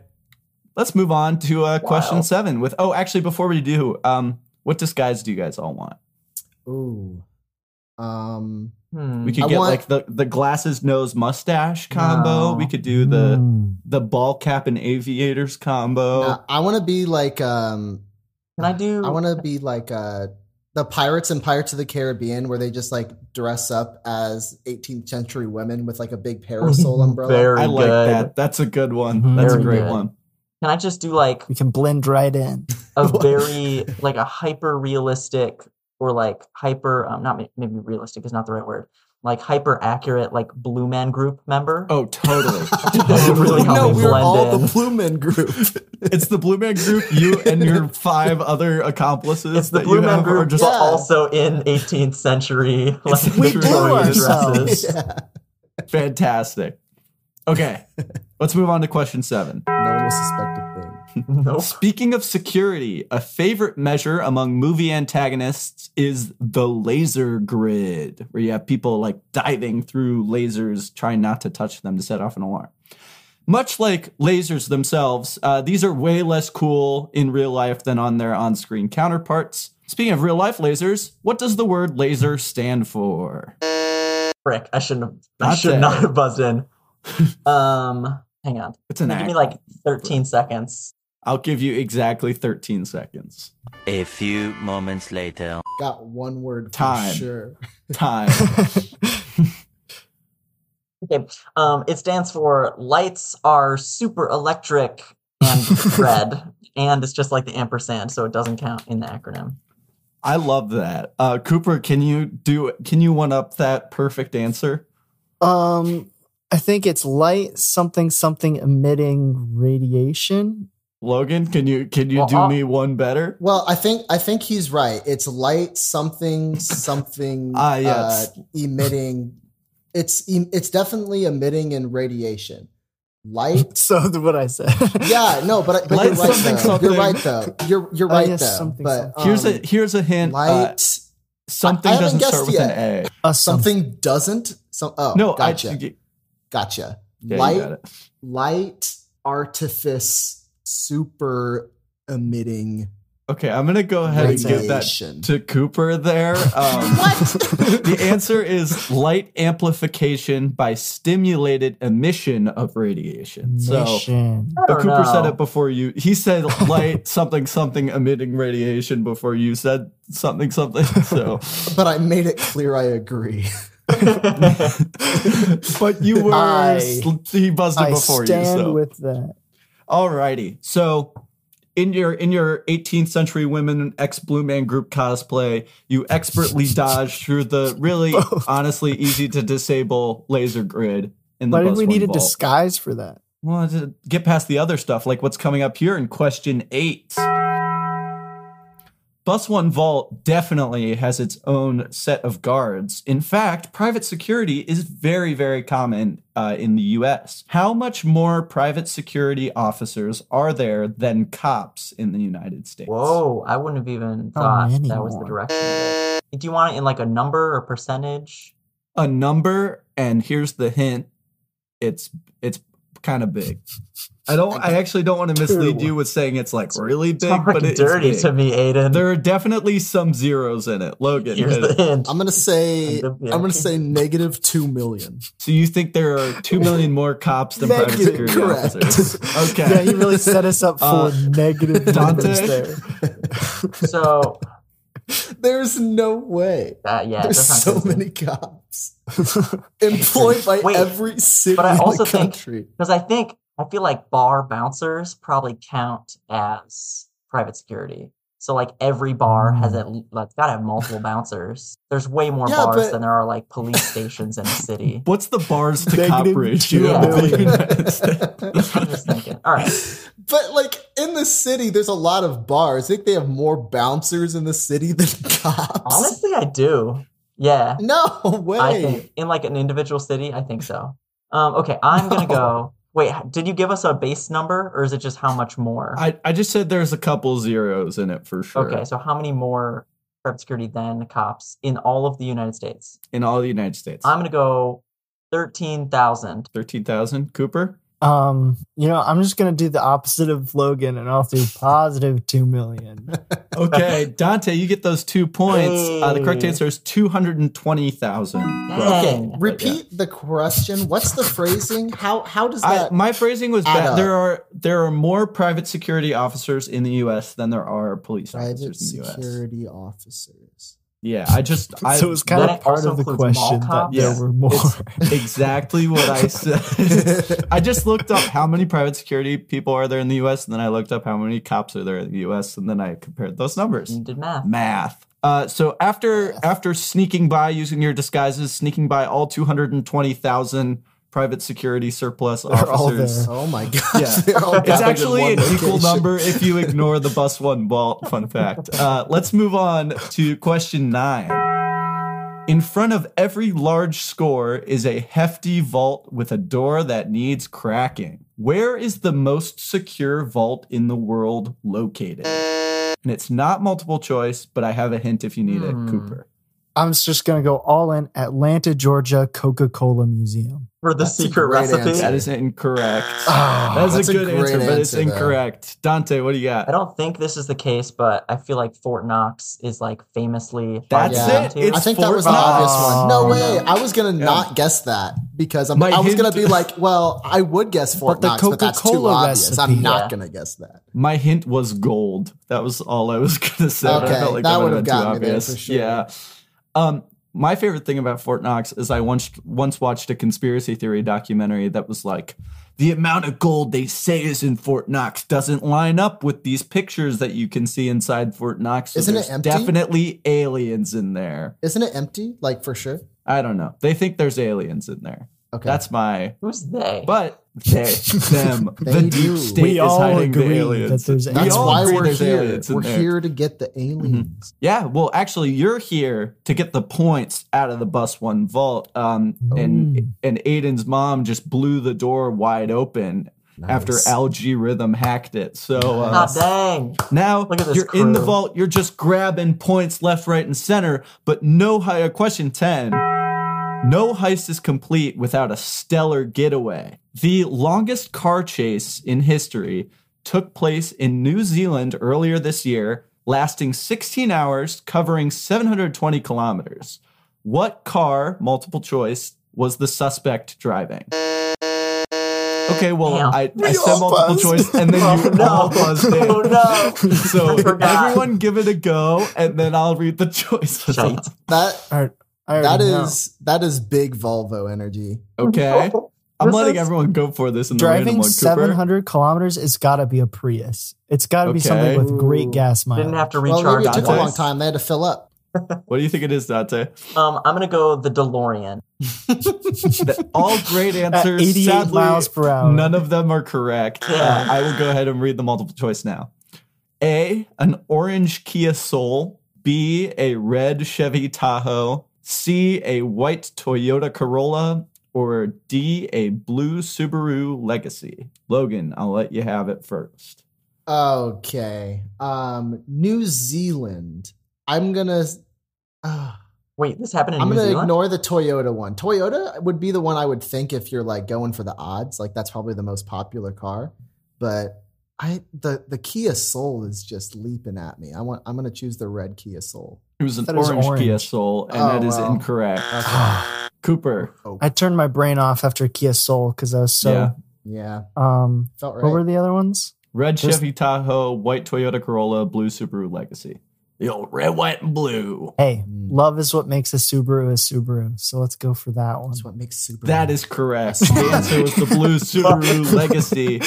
Speaker 1: let's move on to uh, question
Speaker 4: Wow.
Speaker 1: seven. With oh, actually, before we do, um, what disguise do you guys all want?
Speaker 3: Ooh. Um.
Speaker 4: Hmm.
Speaker 1: We could
Speaker 3: I
Speaker 1: get
Speaker 3: want-
Speaker 1: like the the glasses, nose, mustache combo.
Speaker 4: No.
Speaker 1: We could do the
Speaker 2: Mm.
Speaker 1: the ball cap and aviators combo.
Speaker 3: nah, Uh, I want to be like um.
Speaker 4: Can I do?
Speaker 3: I want to be like uh the pirates and Pirates of the Caribbean, where they just like dress up as 18th century women with like a big
Speaker 1: [LAUGHS]
Speaker 3: parasol umbrella. [LAUGHS]
Speaker 4: Very
Speaker 1: I like
Speaker 4: good. Mm-hmm.
Speaker 1: that. That's a good one.
Speaker 2: Mhm.
Speaker 1: That's a
Speaker 4: Very
Speaker 1: great
Speaker 4: good.
Speaker 1: one.
Speaker 4: Can I just
Speaker 1: [LAUGHS]
Speaker 4: do like
Speaker 2: we can blend right in.
Speaker 4: a
Speaker 3: What?
Speaker 4: very like a hyper realistic or like hyper um not ma- maybe realistic is not the right word like hyper accurate like blue man group member
Speaker 1: Oh,
Speaker 4: [LAUGHS]
Speaker 1: totally.
Speaker 4: That would really help
Speaker 3: no,
Speaker 4: me
Speaker 3: we are
Speaker 4: blend
Speaker 3: all
Speaker 4: in.
Speaker 3: the Blue Men group.
Speaker 1: it's the Blue Man Group. You and
Speaker 3: [LAUGHS]
Speaker 1: your five other accomplices.
Speaker 4: it's the
Speaker 1: that
Speaker 4: blue
Speaker 1: you
Speaker 4: man
Speaker 1: have are
Speaker 4: group
Speaker 1: just
Speaker 4: but
Speaker 3: Yeah.
Speaker 4: also in 18th century
Speaker 1: [LAUGHS] It's
Speaker 4: like
Speaker 1: the We do
Speaker 4: Victorian
Speaker 2: ourselves.
Speaker 4: dresses
Speaker 1: [LAUGHS]
Speaker 4: [LAUGHS]
Speaker 3: yeah.
Speaker 1: fantastic. Okay, let's move on to question seven.
Speaker 3: No one will suspect a thing.
Speaker 4: Nope.
Speaker 1: Speaking of security, a favorite measure among movie antagonists is the laser grid, where you have people like diving through lasers, trying not to touch them to set off an alarm. Much like lasers themselves, uh, these are way less cool in real life than on their on screen counterparts. Speaking of real life lasers, what does the word laser stand for?
Speaker 4: Frick. I shouldn't have I
Speaker 1: Not
Speaker 4: should
Speaker 1: there.
Speaker 4: not have
Speaker 1: [LAUGHS]
Speaker 4: buzzed in. um hang on.
Speaker 1: It's an
Speaker 4: Give me
Speaker 1: acronym.
Speaker 4: like 13 seconds.
Speaker 1: I'll give you exactly 13 seconds.
Speaker 7: A few moments later.
Speaker 3: Got one word for
Speaker 1: Time.
Speaker 3: sure.
Speaker 1: Time.
Speaker 4: Okay. Um it stands for lights are super electric
Speaker 1: [LAUGHS]
Speaker 4: and red. And it's just like the ampersand, so it doesn't count in the acronym.
Speaker 1: I love that. Uh, Cooper, can you do? Can you one up that perfect answer?
Speaker 2: [LAUGHS] Um, I think it's light something something emitting radiation. [LAUGHS]
Speaker 1: Logan, can you can you
Speaker 4: Well,
Speaker 1: do
Speaker 3: uh,
Speaker 4: I'll-
Speaker 1: me one better?
Speaker 3: Well, I think I think he's right. It's light something something
Speaker 1: [LAUGHS] Ah, yeah,
Speaker 3: uh, emitting. It's em- it's definitely emitting in radiation. Light.
Speaker 2: So th- what I said.
Speaker 3: Yeah, no, but, but
Speaker 1: Light
Speaker 3: you're right.
Speaker 1: something
Speaker 3: though.
Speaker 1: something.
Speaker 3: You're right though. You're you're
Speaker 2: Oh,
Speaker 3: right
Speaker 2: yes,
Speaker 3: though.
Speaker 2: something
Speaker 3: but
Speaker 1: Here's
Speaker 3: um,
Speaker 1: a here's a hint. uh,
Speaker 3: light.
Speaker 1: something
Speaker 3: I- I
Speaker 1: doesn't
Speaker 3: haven't
Speaker 1: start
Speaker 3: guessed
Speaker 1: with an
Speaker 2: [LAUGHS] A something.
Speaker 3: something doesn't. So oh
Speaker 1: A. No,
Speaker 3: gotcha,
Speaker 1: I. Yeah,
Speaker 3: gotcha.
Speaker 1: you got
Speaker 3: light
Speaker 1: it.
Speaker 3: light artifice super emitting
Speaker 1: Okay, I'm gonna go ahead and give that
Speaker 3: radiation. [LAUGHS]
Speaker 1: to Cooper there. Um, [LAUGHS] the answer is light amplification by stimulated emission of radiation. So.
Speaker 2: Mission.
Speaker 4: I
Speaker 1: But
Speaker 4: don't
Speaker 1: Cooper said
Speaker 4: know.
Speaker 1: it before you. He
Speaker 2: [LAUGHS]
Speaker 1: said light something something emitting radiation before you said something something. [LAUGHS] So,
Speaker 2: [LAUGHS]
Speaker 3: But I made it clear I agree.
Speaker 1: but you were
Speaker 2: I-
Speaker 1: sl- he buzzed it
Speaker 2: I
Speaker 1: before
Speaker 2: stand
Speaker 1: you. So,
Speaker 2: with that.
Speaker 1: alrighty. So, in your in your 18th century women ex Blue Man Group cosplay, you
Speaker 2: [LAUGHS]
Speaker 1: expertly dodged through the really honestly easy to disable laser grid. In the
Speaker 2: Why did we
Speaker 1: Buzz
Speaker 2: need
Speaker 1: One
Speaker 2: a
Speaker 1: vault.
Speaker 2: disguise for that?
Speaker 1: Well, to get past the other stuff, like what's coming up here in question eight. Bus One Vault definitely has its own set of guards. In fact, private security is very, very common uh, in the US. How much more private security officers are there than cops in the United States?
Speaker 4: Whoa, I wouldn't have even
Speaker 1: Oh,
Speaker 2: How
Speaker 4: thought
Speaker 2: many
Speaker 4: that was the
Speaker 2: more?
Speaker 4: direction. of it. Do you want it in like a number or percentage?
Speaker 1: A number, and here's the hint it's it's kind of big. I don't. I actually don't want to mislead
Speaker 2: Two.
Speaker 1: you with saying it's like really big,
Speaker 4: Sounds
Speaker 1: but
Speaker 4: like
Speaker 1: it's
Speaker 4: dirty
Speaker 1: big.
Speaker 4: to me, Aiden.
Speaker 1: There are definitely some zeros in it, Logan.
Speaker 4: Here's the hint.
Speaker 3: I'm gonna say I'm gonna say negative two million.
Speaker 1: So you think there are two million more cops than private
Speaker 2: Negative,
Speaker 1: security
Speaker 3: correct.
Speaker 1: officers?
Speaker 3: [LAUGHS]
Speaker 1: Okay.
Speaker 2: Yeah, he really set us up for
Speaker 1: Uh, [LAUGHS]
Speaker 2: negative
Speaker 1: Dante?
Speaker 2: numbers there.
Speaker 4: So
Speaker 3: [LAUGHS] There's no way.
Speaker 4: that yeah,
Speaker 3: [LAUGHS] There's
Speaker 4: that's not
Speaker 3: so
Speaker 4: good. [LAUGHS]
Speaker 3: many cops employed by
Speaker 4: Wait,
Speaker 3: every city
Speaker 4: but I also
Speaker 3: in the
Speaker 4: think-
Speaker 3: country.
Speaker 4: Because I think I feel like bar bouncers probably count as private security. So like every bar has at le- like gotta have multiple bouncers. There's way more
Speaker 3: Yeah,
Speaker 4: bars
Speaker 3: but-
Speaker 4: than there are like police stations in
Speaker 1: [LAUGHS]
Speaker 4: a city.
Speaker 1: What's the bars to
Speaker 2: Negative
Speaker 1: cop ratio?
Speaker 4: two
Speaker 1: of the
Speaker 4: [LAUGHS]
Speaker 2: million.
Speaker 1: United States?
Speaker 4: I'm just thinking. All right,
Speaker 3: [LAUGHS] But like in the city, there's a lot of bars. I think they have more bouncers in the city [LAUGHS] than cops.
Speaker 4: honestly, I do. Yeah,
Speaker 3: No
Speaker 4: I
Speaker 3: way.
Speaker 4: think in like an individual city, I think so. Um, okay, I'm gonna go. Wait, h- did you give us a base number, or is it just how much more?
Speaker 1: I, I just said there's a couple zeros in it for sure.
Speaker 4: Okay, so how many more private security than cops in all of the United States?
Speaker 1: In all the United States.
Speaker 4: I'm gonna go thirteen thousand.
Speaker 1: Thirteen thousand. Cooper.
Speaker 2: Um, you know, I'm just gonna do the opposite of Logan and I'll do positive two million.
Speaker 1: Okay, Dante, you get those two points. Uh, the correct
Speaker 4: Hey.
Speaker 1: answer is two hundred and twenty thousand.
Speaker 3: Okay,
Speaker 4: Dang.
Speaker 3: repeat the question. What's the phrasing? How how does
Speaker 1: I,
Speaker 4: [LAUGHS]
Speaker 3: that?
Speaker 1: my phrasing was
Speaker 3: add
Speaker 1: bad.
Speaker 3: up?
Speaker 1: There are there are more private security officers in the U.S. than there are police
Speaker 3: private
Speaker 1: officers in the U.S.
Speaker 3: security officers.
Speaker 1: Yeah, I just I,
Speaker 2: so [LAUGHS] it was kind
Speaker 4: That
Speaker 2: of part
Speaker 4: also
Speaker 2: of the
Speaker 4: includes mall
Speaker 2: question that
Speaker 4: cops?
Speaker 2: there
Speaker 1: Yeah.
Speaker 2: were more.
Speaker 1: exactly what I
Speaker 2: [LAUGHS]
Speaker 1: said. I just looked up how many private security people are there in the U.S. and then I looked up how many cops are there in the U.S. and then I compared those numbers.
Speaker 2: Mm.
Speaker 4: You did math.
Speaker 1: Math. Uh, so after after sneaking by using your disguises, sneaking by all two hundred and twenty thousand private security surplus
Speaker 2: all
Speaker 1: officers.
Speaker 2: there.
Speaker 3: Oh my [LAUGHS] gosh!
Speaker 1: Yeah.
Speaker 3: they're all
Speaker 1: It's
Speaker 3: gathered in
Speaker 1: actually
Speaker 3: one
Speaker 1: an equal
Speaker 3: location.
Speaker 1: number if you ignore the bus one vault. Fun fact. Uh, let's move on to question nine. In front of every large score is a hefty vault with a door that needs cracking. Where is the most secure vault in the world located? And it's not multiple choice, but I have a hint if you need
Speaker 4: Hmm.
Speaker 1: it, Cooper.
Speaker 2: I'm just gonna go all in Atlanta, Georgia Coca Cola Museum.
Speaker 4: For the
Speaker 3: That's a
Speaker 4: secret
Speaker 3: great
Speaker 4: recipe.
Speaker 3: answer.
Speaker 1: That is incorrect.
Speaker 3: Ah,
Speaker 1: That's,
Speaker 3: that's
Speaker 1: a
Speaker 3: a
Speaker 1: good
Speaker 3: great
Speaker 1: answer, but it's
Speaker 3: answer, though.
Speaker 1: incorrect. Dante, what do you
Speaker 4: I
Speaker 1: got?
Speaker 4: don't think this is the case, but I feel like Fort Knox is like famously. hard
Speaker 1: That's
Speaker 4: to get
Speaker 1: it.
Speaker 4: to.
Speaker 1: It's
Speaker 3: I think that
Speaker 1: Fort
Speaker 3: was the
Speaker 1: Knox.
Speaker 3: obvious one. No
Speaker 2: Oh,
Speaker 3: way. I was gonna not guess that because I'm,
Speaker 1: My
Speaker 3: I was gonna
Speaker 1: hint-
Speaker 3: be like, well, I would guess Fort
Speaker 2: the
Speaker 3: Knox, but that's too
Speaker 2: Coca-Cola
Speaker 3: obvious.
Speaker 2: recipe.
Speaker 3: I'm not
Speaker 4: Yeah.
Speaker 3: gonna guess that.
Speaker 1: My hint was gold. That was all I was [LAUGHS] gonna say. but I
Speaker 3: Okay,
Speaker 1: felt like
Speaker 3: that
Speaker 1: that, would
Speaker 3: would've
Speaker 1: have
Speaker 3: gotten me
Speaker 1: too
Speaker 3: there
Speaker 1: obvious.
Speaker 3: for sure.
Speaker 1: Yeah. Um, my favorite thing about Fort Knox is I once once watched a conspiracy theory documentary that was like the amount of gold they say is in Fort Knox doesn't line up with these pictures that you can see inside Fort Knox. So
Speaker 3: Isn't it
Speaker 1: there's
Speaker 3: empty?
Speaker 1: Definitely aliens in there.
Speaker 3: Isn't it empty? Like for sure.
Speaker 1: I don't know. They think there's aliens in there.
Speaker 3: Okay.
Speaker 1: That's my
Speaker 4: Who's they?
Speaker 1: But
Speaker 3: [LAUGHS]
Speaker 1: they, them,
Speaker 3: They
Speaker 1: the deep
Speaker 3: do.
Speaker 1: state
Speaker 3: We
Speaker 1: is
Speaker 2: all
Speaker 1: hiding the
Speaker 2: agree
Speaker 1: aliens.
Speaker 2: that there's
Speaker 1: We
Speaker 3: That's
Speaker 1: all
Speaker 3: why
Speaker 1: agree
Speaker 3: we're
Speaker 1: there's
Speaker 3: here.
Speaker 1: aliens in
Speaker 3: We're
Speaker 1: there. Mm-hmm.
Speaker 3: here to get the aliens.
Speaker 1: Yeah, well, actually, you're here to get the points out of the bus one vault. Um, and and Aiden's mom just blew the door wide open after
Speaker 3: Nice. [LAUGHS]
Speaker 1: LG Rhythm hacked it. So uh,
Speaker 4: Ah, dang.
Speaker 1: now
Speaker 4: Look at this
Speaker 1: you're in the
Speaker 4: crew.
Speaker 1: vault. You're just grabbing points left, right, and center, but no high. Question 10. No heist is complete without a stellar getaway. The longest car chase in history took place in New Zealand earlier this year, lasting 16 hours, covering 720 kilometers. What car, multiple choice, was the suspect driving? Okay, well,
Speaker 4: Damn.
Speaker 1: I, I
Speaker 2: We
Speaker 1: said
Speaker 2: all
Speaker 1: multiple
Speaker 2: buzzed.
Speaker 1: choice, and then you
Speaker 4: [LAUGHS] no.
Speaker 1: all buzzed in.
Speaker 4: Oh
Speaker 1: [LAUGHS]
Speaker 4: no.
Speaker 1: So
Speaker 4: I forgot.
Speaker 1: everyone give it a go, and then I'll read the choices.
Speaker 4: Shite.
Speaker 3: That
Speaker 2: All right, I
Speaker 3: that
Speaker 2: already know.
Speaker 3: is that is big Volvo energy.
Speaker 1: Okay. I'm
Speaker 4: This
Speaker 1: letting
Speaker 4: is-
Speaker 1: everyone go for this in the random
Speaker 2: driving
Speaker 1: one.
Speaker 2: seven
Speaker 1: Cooper.
Speaker 2: hundred kilometers. It's got to be a Prius. It's got to be
Speaker 1: Okay.
Speaker 2: something with great gas mileage.
Speaker 4: [LAUGHS] Didn't
Speaker 2: [LAUGHS]
Speaker 4: have to
Speaker 3: Well, maybe
Speaker 4: recharge.
Speaker 3: it took a
Speaker 1: Dante's.
Speaker 3: long time. They had to fill up.
Speaker 1: What do you think it is, Dante?
Speaker 4: um, I'm gonna go the DeLorean.
Speaker 1: That- [LAUGHS] all great answers.
Speaker 2: 88
Speaker 1: Sadly,
Speaker 2: miles per hour.
Speaker 1: None of them are correct. Uh, I will go ahead and read the multiple choice now. A, an orange Kia Soul. B, a red Chevy Tahoe. C, a white Toyota Corolla. Or D, a blue Subaru Legacy. Logan, I'll let you have it first.
Speaker 3: Okay. Um, New Zealand. I'm gonna. Uh,
Speaker 4: Wait, this happened in
Speaker 3: I'm
Speaker 4: New
Speaker 3: gonna
Speaker 4: Zealand.
Speaker 3: ignore the Toyota one. Toyota would be the one I would think if you're like going for the odds. Like that's probably the most popular car. But I the the Kia Soul is just leaping at me. I want. I'm gonna choose the red Kia Soul.
Speaker 1: It was an
Speaker 2: That is
Speaker 1: orange,
Speaker 2: orange.
Speaker 1: Kia Soul, and
Speaker 3: Oh,
Speaker 1: that is
Speaker 3: well.
Speaker 1: incorrect.
Speaker 3: Okay.
Speaker 1: Cooper.
Speaker 3: oh,
Speaker 2: I turned my brain off after Kia Soul because I was so.
Speaker 1: Yeah.
Speaker 3: yeah,
Speaker 2: Um,
Speaker 3: felt
Speaker 2: what were
Speaker 3: right.
Speaker 2: the other ones?
Speaker 1: Red
Speaker 2: There's-
Speaker 1: Chevy Tahoe, white Toyota Corolla, blue Subaru Legacy. The old red, white, and blue.
Speaker 2: Hey,
Speaker 3: Mm.
Speaker 2: love is what makes a Subaru a Subaru. So let's go for that one. [LAUGHS]
Speaker 3: That's what makes super.
Speaker 1: That is correct. The answer was the blue Subaru Legacy.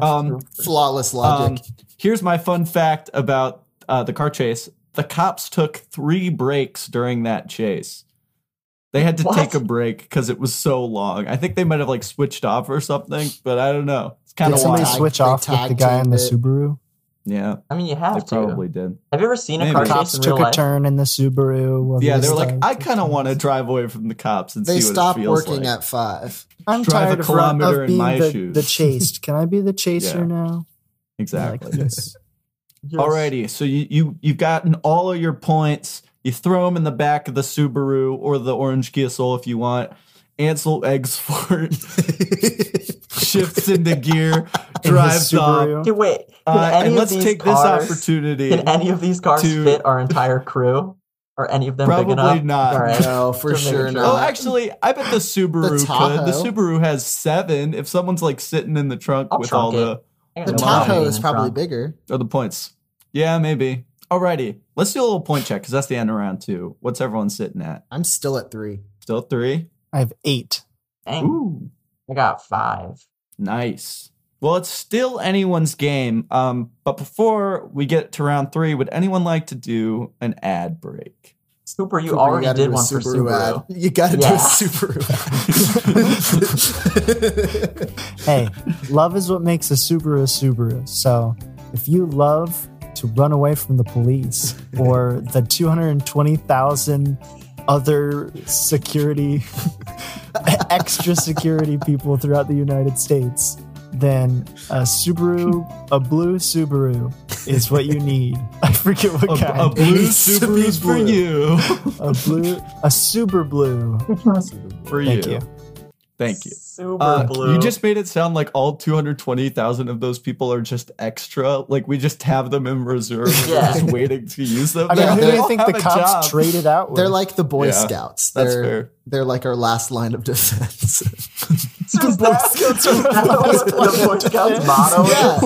Speaker 1: Um,
Speaker 3: flawless
Speaker 1: um,
Speaker 3: logic.
Speaker 1: here's my fun fact about uh, the car chase the cops took three breaks during that chase. They had to
Speaker 4: What?
Speaker 1: take a break because it was so long. I think they might have like switched off or something, but I don't know. It's kind
Speaker 2: Did
Speaker 1: of
Speaker 2: somebody
Speaker 1: wild.
Speaker 3: tag-
Speaker 2: switch
Speaker 3: they
Speaker 2: off with the
Speaker 3: tag
Speaker 2: guy in the
Speaker 3: teamed it.
Speaker 2: Subaru?
Speaker 1: yeah,
Speaker 4: I mean, you
Speaker 1: they
Speaker 4: have to.
Speaker 1: probably did.
Speaker 4: Have you ever seen a
Speaker 1: Maybe.
Speaker 4: car
Speaker 2: Cops
Speaker 4: chase in
Speaker 2: took
Speaker 4: real
Speaker 2: a
Speaker 4: life?
Speaker 2: turn in the Subaru. while
Speaker 1: Yeah, they
Speaker 2: just
Speaker 1: were like,
Speaker 2: started
Speaker 1: I
Speaker 2: to
Speaker 1: kind of
Speaker 2: turn.
Speaker 1: want to drive away from the cops and
Speaker 3: They
Speaker 1: see what
Speaker 3: stopped
Speaker 1: it feels
Speaker 3: working
Speaker 1: like.
Speaker 3: at five.
Speaker 2: I'm
Speaker 1: drive a
Speaker 2: tired of, run-
Speaker 1: kilometer
Speaker 2: of
Speaker 1: in
Speaker 2: being
Speaker 1: my
Speaker 2: the,
Speaker 1: shoes.
Speaker 2: the chased. Can I
Speaker 1: [LAUGHS]
Speaker 2: be the chaser
Speaker 1: Yeah.
Speaker 2: now?
Speaker 1: [LAUGHS] Exactly.
Speaker 2: Like this.
Speaker 4: Yes.
Speaker 1: Alrighty, so you you you've gotten all of your points. You throw them in the back of the Subaru or the orange Kia Soul if you want. Ansel [LAUGHS] Eggsford shifts into
Speaker 4: [LAUGHS]
Speaker 1: gear,
Speaker 2: In his
Speaker 1: drives off,
Speaker 2: Subaru.
Speaker 4: Okay, wait. Can
Speaker 1: uh,
Speaker 4: any
Speaker 1: and
Speaker 4: of
Speaker 1: let's
Speaker 4: these
Speaker 1: take
Speaker 4: cars,
Speaker 1: this opportunity.
Speaker 4: Can any of these cars
Speaker 1: to-
Speaker 4: fit our entire crew? Are any of them big enough?
Speaker 1: Probably not.
Speaker 4: All right.
Speaker 3: No, for
Speaker 4: Just making
Speaker 3: sure
Speaker 4: sure.
Speaker 3: not.
Speaker 1: Oh, actually, I
Speaker 4: [GASPS]
Speaker 1: bet the Subaru could. The
Speaker 3: Tahoe.
Speaker 1: Subaru has seven. If someone's like sitting in the trunk
Speaker 4: I'll
Speaker 1: with all
Speaker 4: trunk
Speaker 1: the
Speaker 4: I
Speaker 3: the
Speaker 4: got no
Speaker 1: Tahoe
Speaker 3: Tahoe
Speaker 4: money
Speaker 3: is
Speaker 4: in
Speaker 3: probably
Speaker 4: front.
Speaker 3: bigger.
Speaker 1: Or the points. Yeah, maybe. Alrighty. Let's do a little point check because that's the end of round two. What's everyone sitting at?
Speaker 3: I'm still at three.
Speaker 1: Still three?
Speaker 2: I have eight.
Speaker 4: Dang,
Speaker 1: Ooh,
Speaker 4: I got five.
Speaker 1: nice. Well, it's still anyone's game. Um, but before we get to round three, would anyone like to do an ad break?
Speaker 4: Super, you
Speaker 3: Cooper,
Speaker 4: already
Speaker 3: gotta
Speaker 4: did
Speaker 3: do a
Speaker 4: one for Subaru.
Speaker 3: ad. You got to do
Speaker 4: Yeah.
Speaker 3: a Subaru
Speaker 2: Hey,
Speaker 3: ad.
Speaker 2: love is what makes a Subaru a Subaru. So if you love to run away from the police or the 220,000 other security, [LAUGHS] extra security people throughout the United States, then a Subaru, a blue Subaru is what you need. [LAUGHS] I forget what
Speaker 1: A,
Speaker 2: kind.
Speaker 1: a
Speaker 2: It
Speaker 1: blue
Speaker 2: needs to be
Speaker 1: Subaru's for
Speaker 2: blue.
Speaker 1: you.
Speaker 2: A blue, a super blue.
Speaker 1: [LAUGHS] [LAUGHS] For
Speaker 2: Thank
Speaker 1: you.
Speaker 2: you.
Speaker 1: Thank you.
Speaker 4: Super
Speaker 1: Uh,
Speaker 4: blue.
Speaker 1: You just made it sound like all 220,000 of those people are just extra. Like we just have them in reserve, and we're
Speaker 4: Yeah.
Speaker 1: just waiting to use them.
Speaker 2: I mean,
Speaker 3: Yeah,
Speaker 2: who
Speaker 3: they
Speaker 2: do you
Speaker 1: all
Speaker 2: think
Speaker 1: have
Speaker 2: the
Speaker 1: a
Speaker 2: cops
Speaker 1: job.
Speaker 2: traded out with?
Speaker 3: They're like the Boy
Speaker 1: Yeah,
Speaker 3: Scouts. They're,
Speaker 1: that's fair.
Speaker 3: They're like our last line of defense.
Speaker 4: the Boy Scouts [LAUGHS] are the Boy Scouts motto.
Speaker 3: yeah,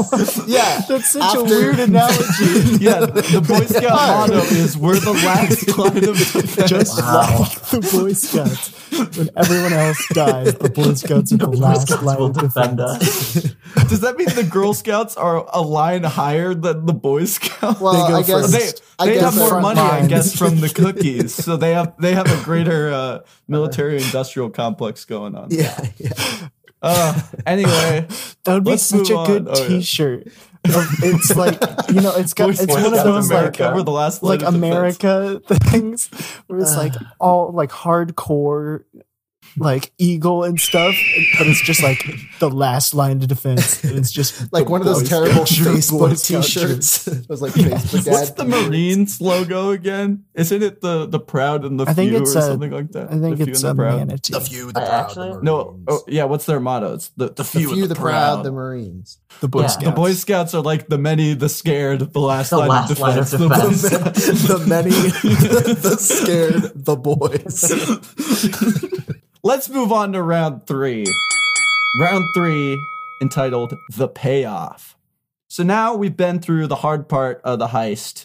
Speaker 3: yeah.
Speaker 2: that's such
Speaker 3: After-
Speaker 2: a weird analogy.
Speaker 1: Yeah, the, the Boy Scout motto is "We're the last line of defense."
Speaker 2: Just like the Boy Scouts. When everyone else dies, the Boy Scouts are the, last
Speaker 4: Scouts
Speaker 2: line
Speaker 4: will
Speaker 2: of
Speaker 4: defend
Speaker 2: defense.
Speaker 4: us.
Speaker 1: Does that mean the Girl Scouts are a line higher than the Boy Scouts?
Speaker 3: Well,
Speaker 2: They go
Speaker 3: I guess
Speaker 1: [LAUGHS] they
Speaker 3: I
Speaker 1: they
Speaker 3: guess
Speaker 1: have more
Speaker 3: front
Speaker 1: money, I
Speaker 2: lines.
Speaker 1: guess, from the cookies, so they have they have a greater
Speaker 2: [LAUGHS]
Speaker 1: uh, military-industrial complex going on.
Speaker 3: Yeah, yeah.
Speaker 1: Uh,
Speaker 2: [LAUGHS]
Speaker 1: anyway,
Speaker 2: That would be
Speaker 1: Let's
Speaker 2: such
Speaker 1: move
Speaker 2: a good
Speaker 1: on. Oh, yeah.
Speaker 2: T-shirt. Of- It's like you know, it's got
Speaker 1: Boy
Speaker 2: it's
Speaker 1: Scouts
Speaker 2: one of
Speaker 1: of
Speaker 2: those like
Speaker 1: America.
Speaker 2: uh,
Speaker 1: we're the last line
Speaker 2: like
Speaker 1: of defense.
Speaker 2: America [LAUGHS] things where it's like all like hardcore like eagle and stuff, but it's just like the last line to defense. And it's just
Speaker 3: like
Speaker 2: the
Speaker 3: one of those
Speaker 2: Boy
Speaker 3: terrible [LAUGHS]
Speaker 2: Scout troops, Boy
Speaker 3: Facebook
Speaker 2: Scout troops.
Speaker 3: T-shirts. [LAUGHS] it was like Facebook
Speaker 1: What's
Speaker 3: ad
Speaker 1: the
Speaker 3: T-shirts.
Speaker 1: Marines logo again? Isn't it the the proud and the
Speaker 2: I think
Speaker 1: few
Speaker 2: it's
Speaker 1: or
Speaker 2: a-
Speaker 1: something like that?
Speaker 2: I think
Speaker 1: the few
Speaker 2: it's
Speaker 1: and the
Speaker 2: a
Speaker 1: proud.
Speaker 2: manatee.
Speaker 8: The few, the
Speaker 4: Uh,
Speaker 8: proud,
Speaker 4: actually?
Speaker 8: the
Speaker 1: No,
Speaker 8: Marines.
Speaker 1: oh, yeah. What's their motto? It's the the
Speaker 3: The
Speaker 1: few,
Speaker 3: few, the proud, the Marines.
Speaker 2: The Boy
Speaker 4: Yeah.
Speaker 1: The
Speaker 2: Scouts.
Speaker 1: Boy Scouts are like the many, the scared, the last
Speaker 4: The
Speaker 1: line of
Speaker 4: last line
Speaker 1: defense.
Speaker 4: of
Speaker 1: The Boy
Speaker 4: defense.
Speaker 1: Scouts-
Speaker 3: the many, [LAUGHS] the scared,
Speaker 1: [LAUGHS]
Speaker 3: the [LAUGHS] boys.
Speaker 1: Let's move on to round three. Round three, entitled The Payoff. So now we've been through the hard part of the heist.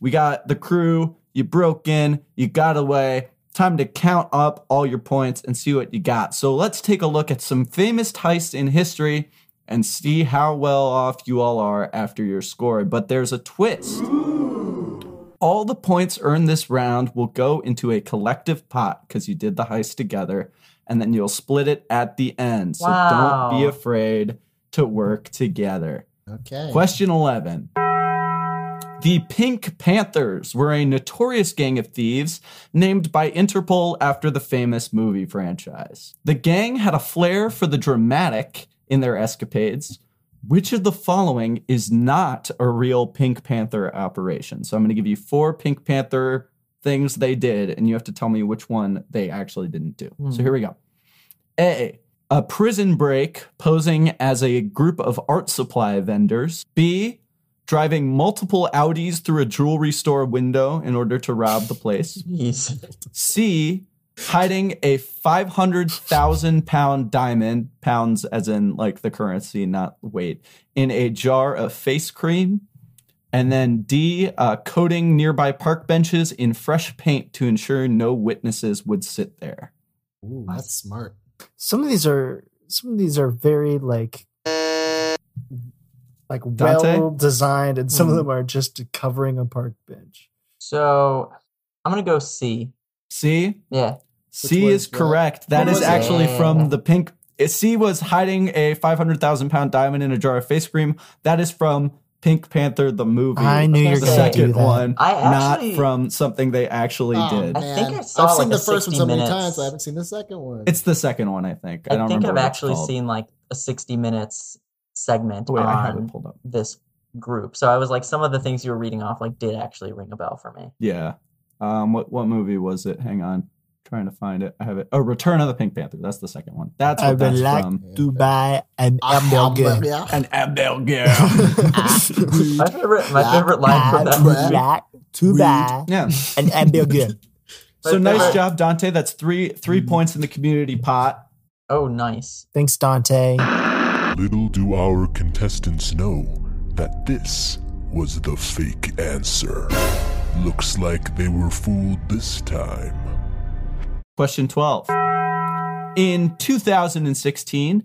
Speaker 1: We got the crew, you broke in, you got away. Time to count up all your points and see what you got. So let's take a look at some famous heists in history and see how well off you all are after your score. But there's a twist. All the points earned this round will go into a collective pot because you did the heist together, and then you'll split it at the end. So
Speaker 4: Wow.
Speaker 1: don't be afraid to work together.
Speaker 3: Okay.
Speaker 1: Question 11. The Pink Panthers were a notorious gang of thieves named by Interpol after the famous movie franchise. The gang had a flair for the dramatic in their escapades. Which of the following is not a real Pink Panther operation? So I'm going to give you four Pink Panther things they did, and you have to tell me which one they actually didn't do. So here we go. A. A prison break posing as a group of art supply vendors. B. Driving multiple Audis through a jewelry store window in order to rob the place.
Speaker 4: Jeez.
Speaker 1: C. Hiding a 500,000 pound diamond, pounds as in like the currency, not weight, in a jar of face cream. And then D. Uh, coating nearby park benches in fresh paint to ensure no witnesses would sit there.
Speaker 3: Ooh, that's smart.
Speaker 2: some of these are some of these are very like like
Speaker 1: Dante? Hmm.
Speaker 2: well designed and some of them are just covering a park bench
Speaker 4: So I'm gonna go C.
Speaker 1: See?
Speaker 4: Yeah.
Speaker 1: C
Speaker 3: Which
Speaker 1: is
Speaker 3: was what?
Speaker 1: correct. That
Speaker 4: What
Speaker 1: is
Speaker 4: was it?
Speaker 1: actually
Speaker 2: Oh.
Speaker 4: Yeah.
Speaker 1: from the pink. eh, C was hiding a 500,000 pound diamond in a jar of face cream. That is from Pink Panther, the movie.
Speaker 2: I knew you
Speaker 1: the
Speaker 2: were gonna
Speaker 1: second
Speaker 2: do that.
Speaker 1: one,
Speaker 4: I
Speaker 1: not
Speaker 4: actually-
Speaker 1: from something they actually
Speaker 3: Oh,
Speaker 1: did.
Speaker 4: I think I saw,
Speaker 3: I've seen
Speaker 4: like,
Speaker 3: the
Speaker 4: a
Speaker 3: first one
Speaker 4: 60
Speaker 3: so many
Speaker 4: minutes.
Speaker 3: times. I haven't seen the second one.
Speaker 4: [LAUGHS]
Speaker 1: It's the second one, I think. I,
Speaker 4: I,
Speaker 1: don't
Speaker 4: think
Speaker 1: remember.
Speaker 4: I've
Speaker 1: what it's
Speaker 4: actually
Speaker 1: called.
Speaker 4: seen like a 60 minutes segment
Speaker 1: Wait, I have it
Speaker 4: on
Speaker 1: pulled up.
Speaker 4: this group. So I was like, some of the things you were reading off like did actually ring a bell for me.
Speaker 1: Yeah. Um. What What movie was it? Hang on. Trying to find it. I have it. Oh, Return of the Pink Panther. That's the second one. That's
Speaker 2: i
Speaker 1: what
Speaker 2: would
Speaker 1: that's
Speaker 2: like
Speaker 1: from. Ah,
Speaker 2: to buy an hamburger
Speaker 3: yeah.
Speaker 1: An Abdel
Speaker 2: [LAUGHS]
Speaker 1: Girl.
Speaker 4: My favorite, my
Speaker 3: Yeah.
Speaker 4: favorite line
Speaker 2: i
Speaker 4: from that.
Speaker 3: Bad.
Speaker 2: would like to buy
Speaker 4: [LAUGHS]
Speaker 1: yeah.
Speaker 2: an hamburger
Speaker 1: So
Speaker 4: But Mm-hmm.
Speaker 1: nice
Speaker 4: there-
Speaker 1: job, Dante. That's three three points in the community pot.
Speaker 4: Oh, nice.
Speaker 2: thanks dante
Speaker 9: Little do our contestants know that this was the fake answer. Looks like they were fooled this time.
Speaker 1: Question 12. In 2016,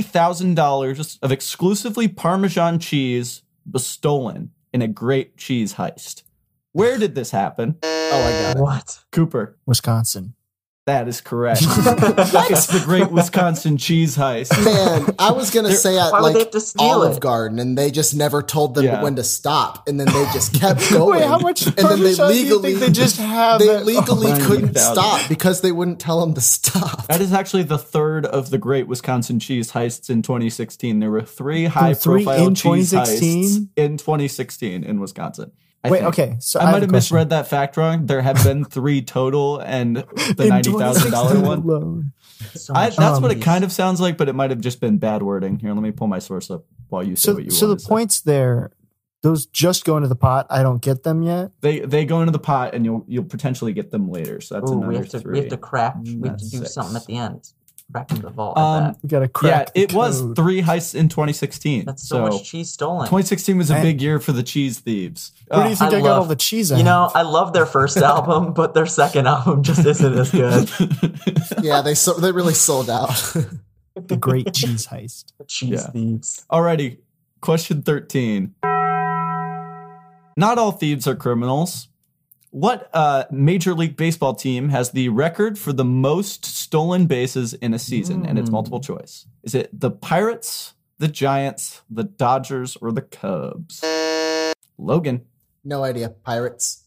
Speaker 1: $90,000 of exclusively Parmesan cheese was stolen in a great cheese heist. Where did this happen?
Speaker 3: Oh, I got it.
Speaker 4: What?
Speaker 1: Cooper.
Speaker 2: wisconsin
Speaker 1: That is correct. It's the Great Wisconsin Cheese Heist.
Speaker 3: Man, I was gonna say at
Speaker 4: why would they have
Speaker 3: like
Speaker 4: to steal
Speaker 3: Olive
Speaker 4: it?
Speaker 3: Garden, and they just never told them
Speaker 1: Yeah.
Speaker 3: when to stop, and then they
Speaker 4: [LAUGHS]
Speaker 3: just kept going.
Speaker 2: Wait, how much
Speaker 3: And then they
Speaker 2: Parmesan do you think
Speaker 3: legally
Speaker 2: they just have
Speaker 3: they
Speaker 2: it?
Speaker 3: legally
Speaker 1: Ninety
Speaker 3: couldn't
Speaker 1: thousand.
Speaker 3: stop because they wouldn't tell them to stop.
Speaker 1: Oh That is actually the third of the Great Wisconsin Cheese Heists in 2016. There were three high-profile
Speaker 2: in
Speaker 1: cheese
Speaker 2: 2016?
Speaker 1: heists in 2016 in Wisconsin. I
Speaker 2: Wait,
Speaker 1: think.
Speaker 2: okay. So I,
Speaker 1: I
Speaker 2: have
Speaker 1: might
Speaker 2: a
Speaker 1: have
Speaker 2: question.
Speaker 1: misread that fact wrong. There have
Speaker 2: [LAUGHS]
Speaker 1: been three total, and the
Speaker 2: In
Speaker 1: ninety thousand dollar
Speaker 2: 2016
Speaker 1: one.
Speaker 2: alone.
Speaker 4: So
Speaker 1: I,
Speaker 4: much
Speaker 1: that's what it
Speaker 2: um,
Speaker 4: cheese.
Speaker 1: kind of sounds like, but it might have just been bad wording. Here, let me pull my source up while you say
Speaker 2: So,
Speaker 1: what you
Speaker 2: so the
Speaker 1: want. to say.
Speaker 2: points there, those just go into the pot. I don't get them yet.
Speaker 1: they they go into the pot, and you'll you'll potentially get them later. So that's
Speaker 4: Ooh,
Speaker 1: another
Speaker 4: we have to
Speaker 1: three.
Speaker 4: we have to crack. We have to
Speaker 1: That's
Speaker 4: do
Speaker 1: six.
Speaker 4: something at the end. Crack into the vault.
Speaker 1: Um,
Speaker 4: I bet.
Speaker 2: We got to
Speaker 1: yeah,
Speaker 2: crack. the
Speaker 1: it was
Speaker 2: code.
Speaker 1: three heists in 2016.
Speaker 4: That's so, much cheese stolen.
Speaker 1: 2016 was a
Speaker 2: Man.
Speaker 1: big year for the cheese thieves.
Speaker 2: Where do
Speaker 1: Ah,
Speaker 2: you think I,
Speaker 4: I
Speaker 2: got
Speaker 4: love-
Speaker 2: all the cheese? I
Speaker 4: You know,
Speaker 2: have?
Speaker 4: I love
Speaker 1: [LAUGHS]
Speaker 4: their first album, but their second album just isn't as good.
Speaker 1: [LAUGHS]
Speaker 3: [LAUGHS] Yeah, they so, they really sold out. [LAUGHS]
Speaker 2: the
Speaker 1: [LAUGHS]
Speaker 2: great cheese heist.
Speaker 4: [LAUGHS] Cheese
Speaker 1: Yeah.
Speaker 4: thieves.
Speaker 1: Alrighty, question 13. Not all thieves are criminals. What uh, Major League Baseball team has the record for the most stolen bases in a season? And it's multiple choice. Is it the Pirates, the Giants, the Dodgers, or the Cubs? Logan,
Speaker 3: no idea. Pirates.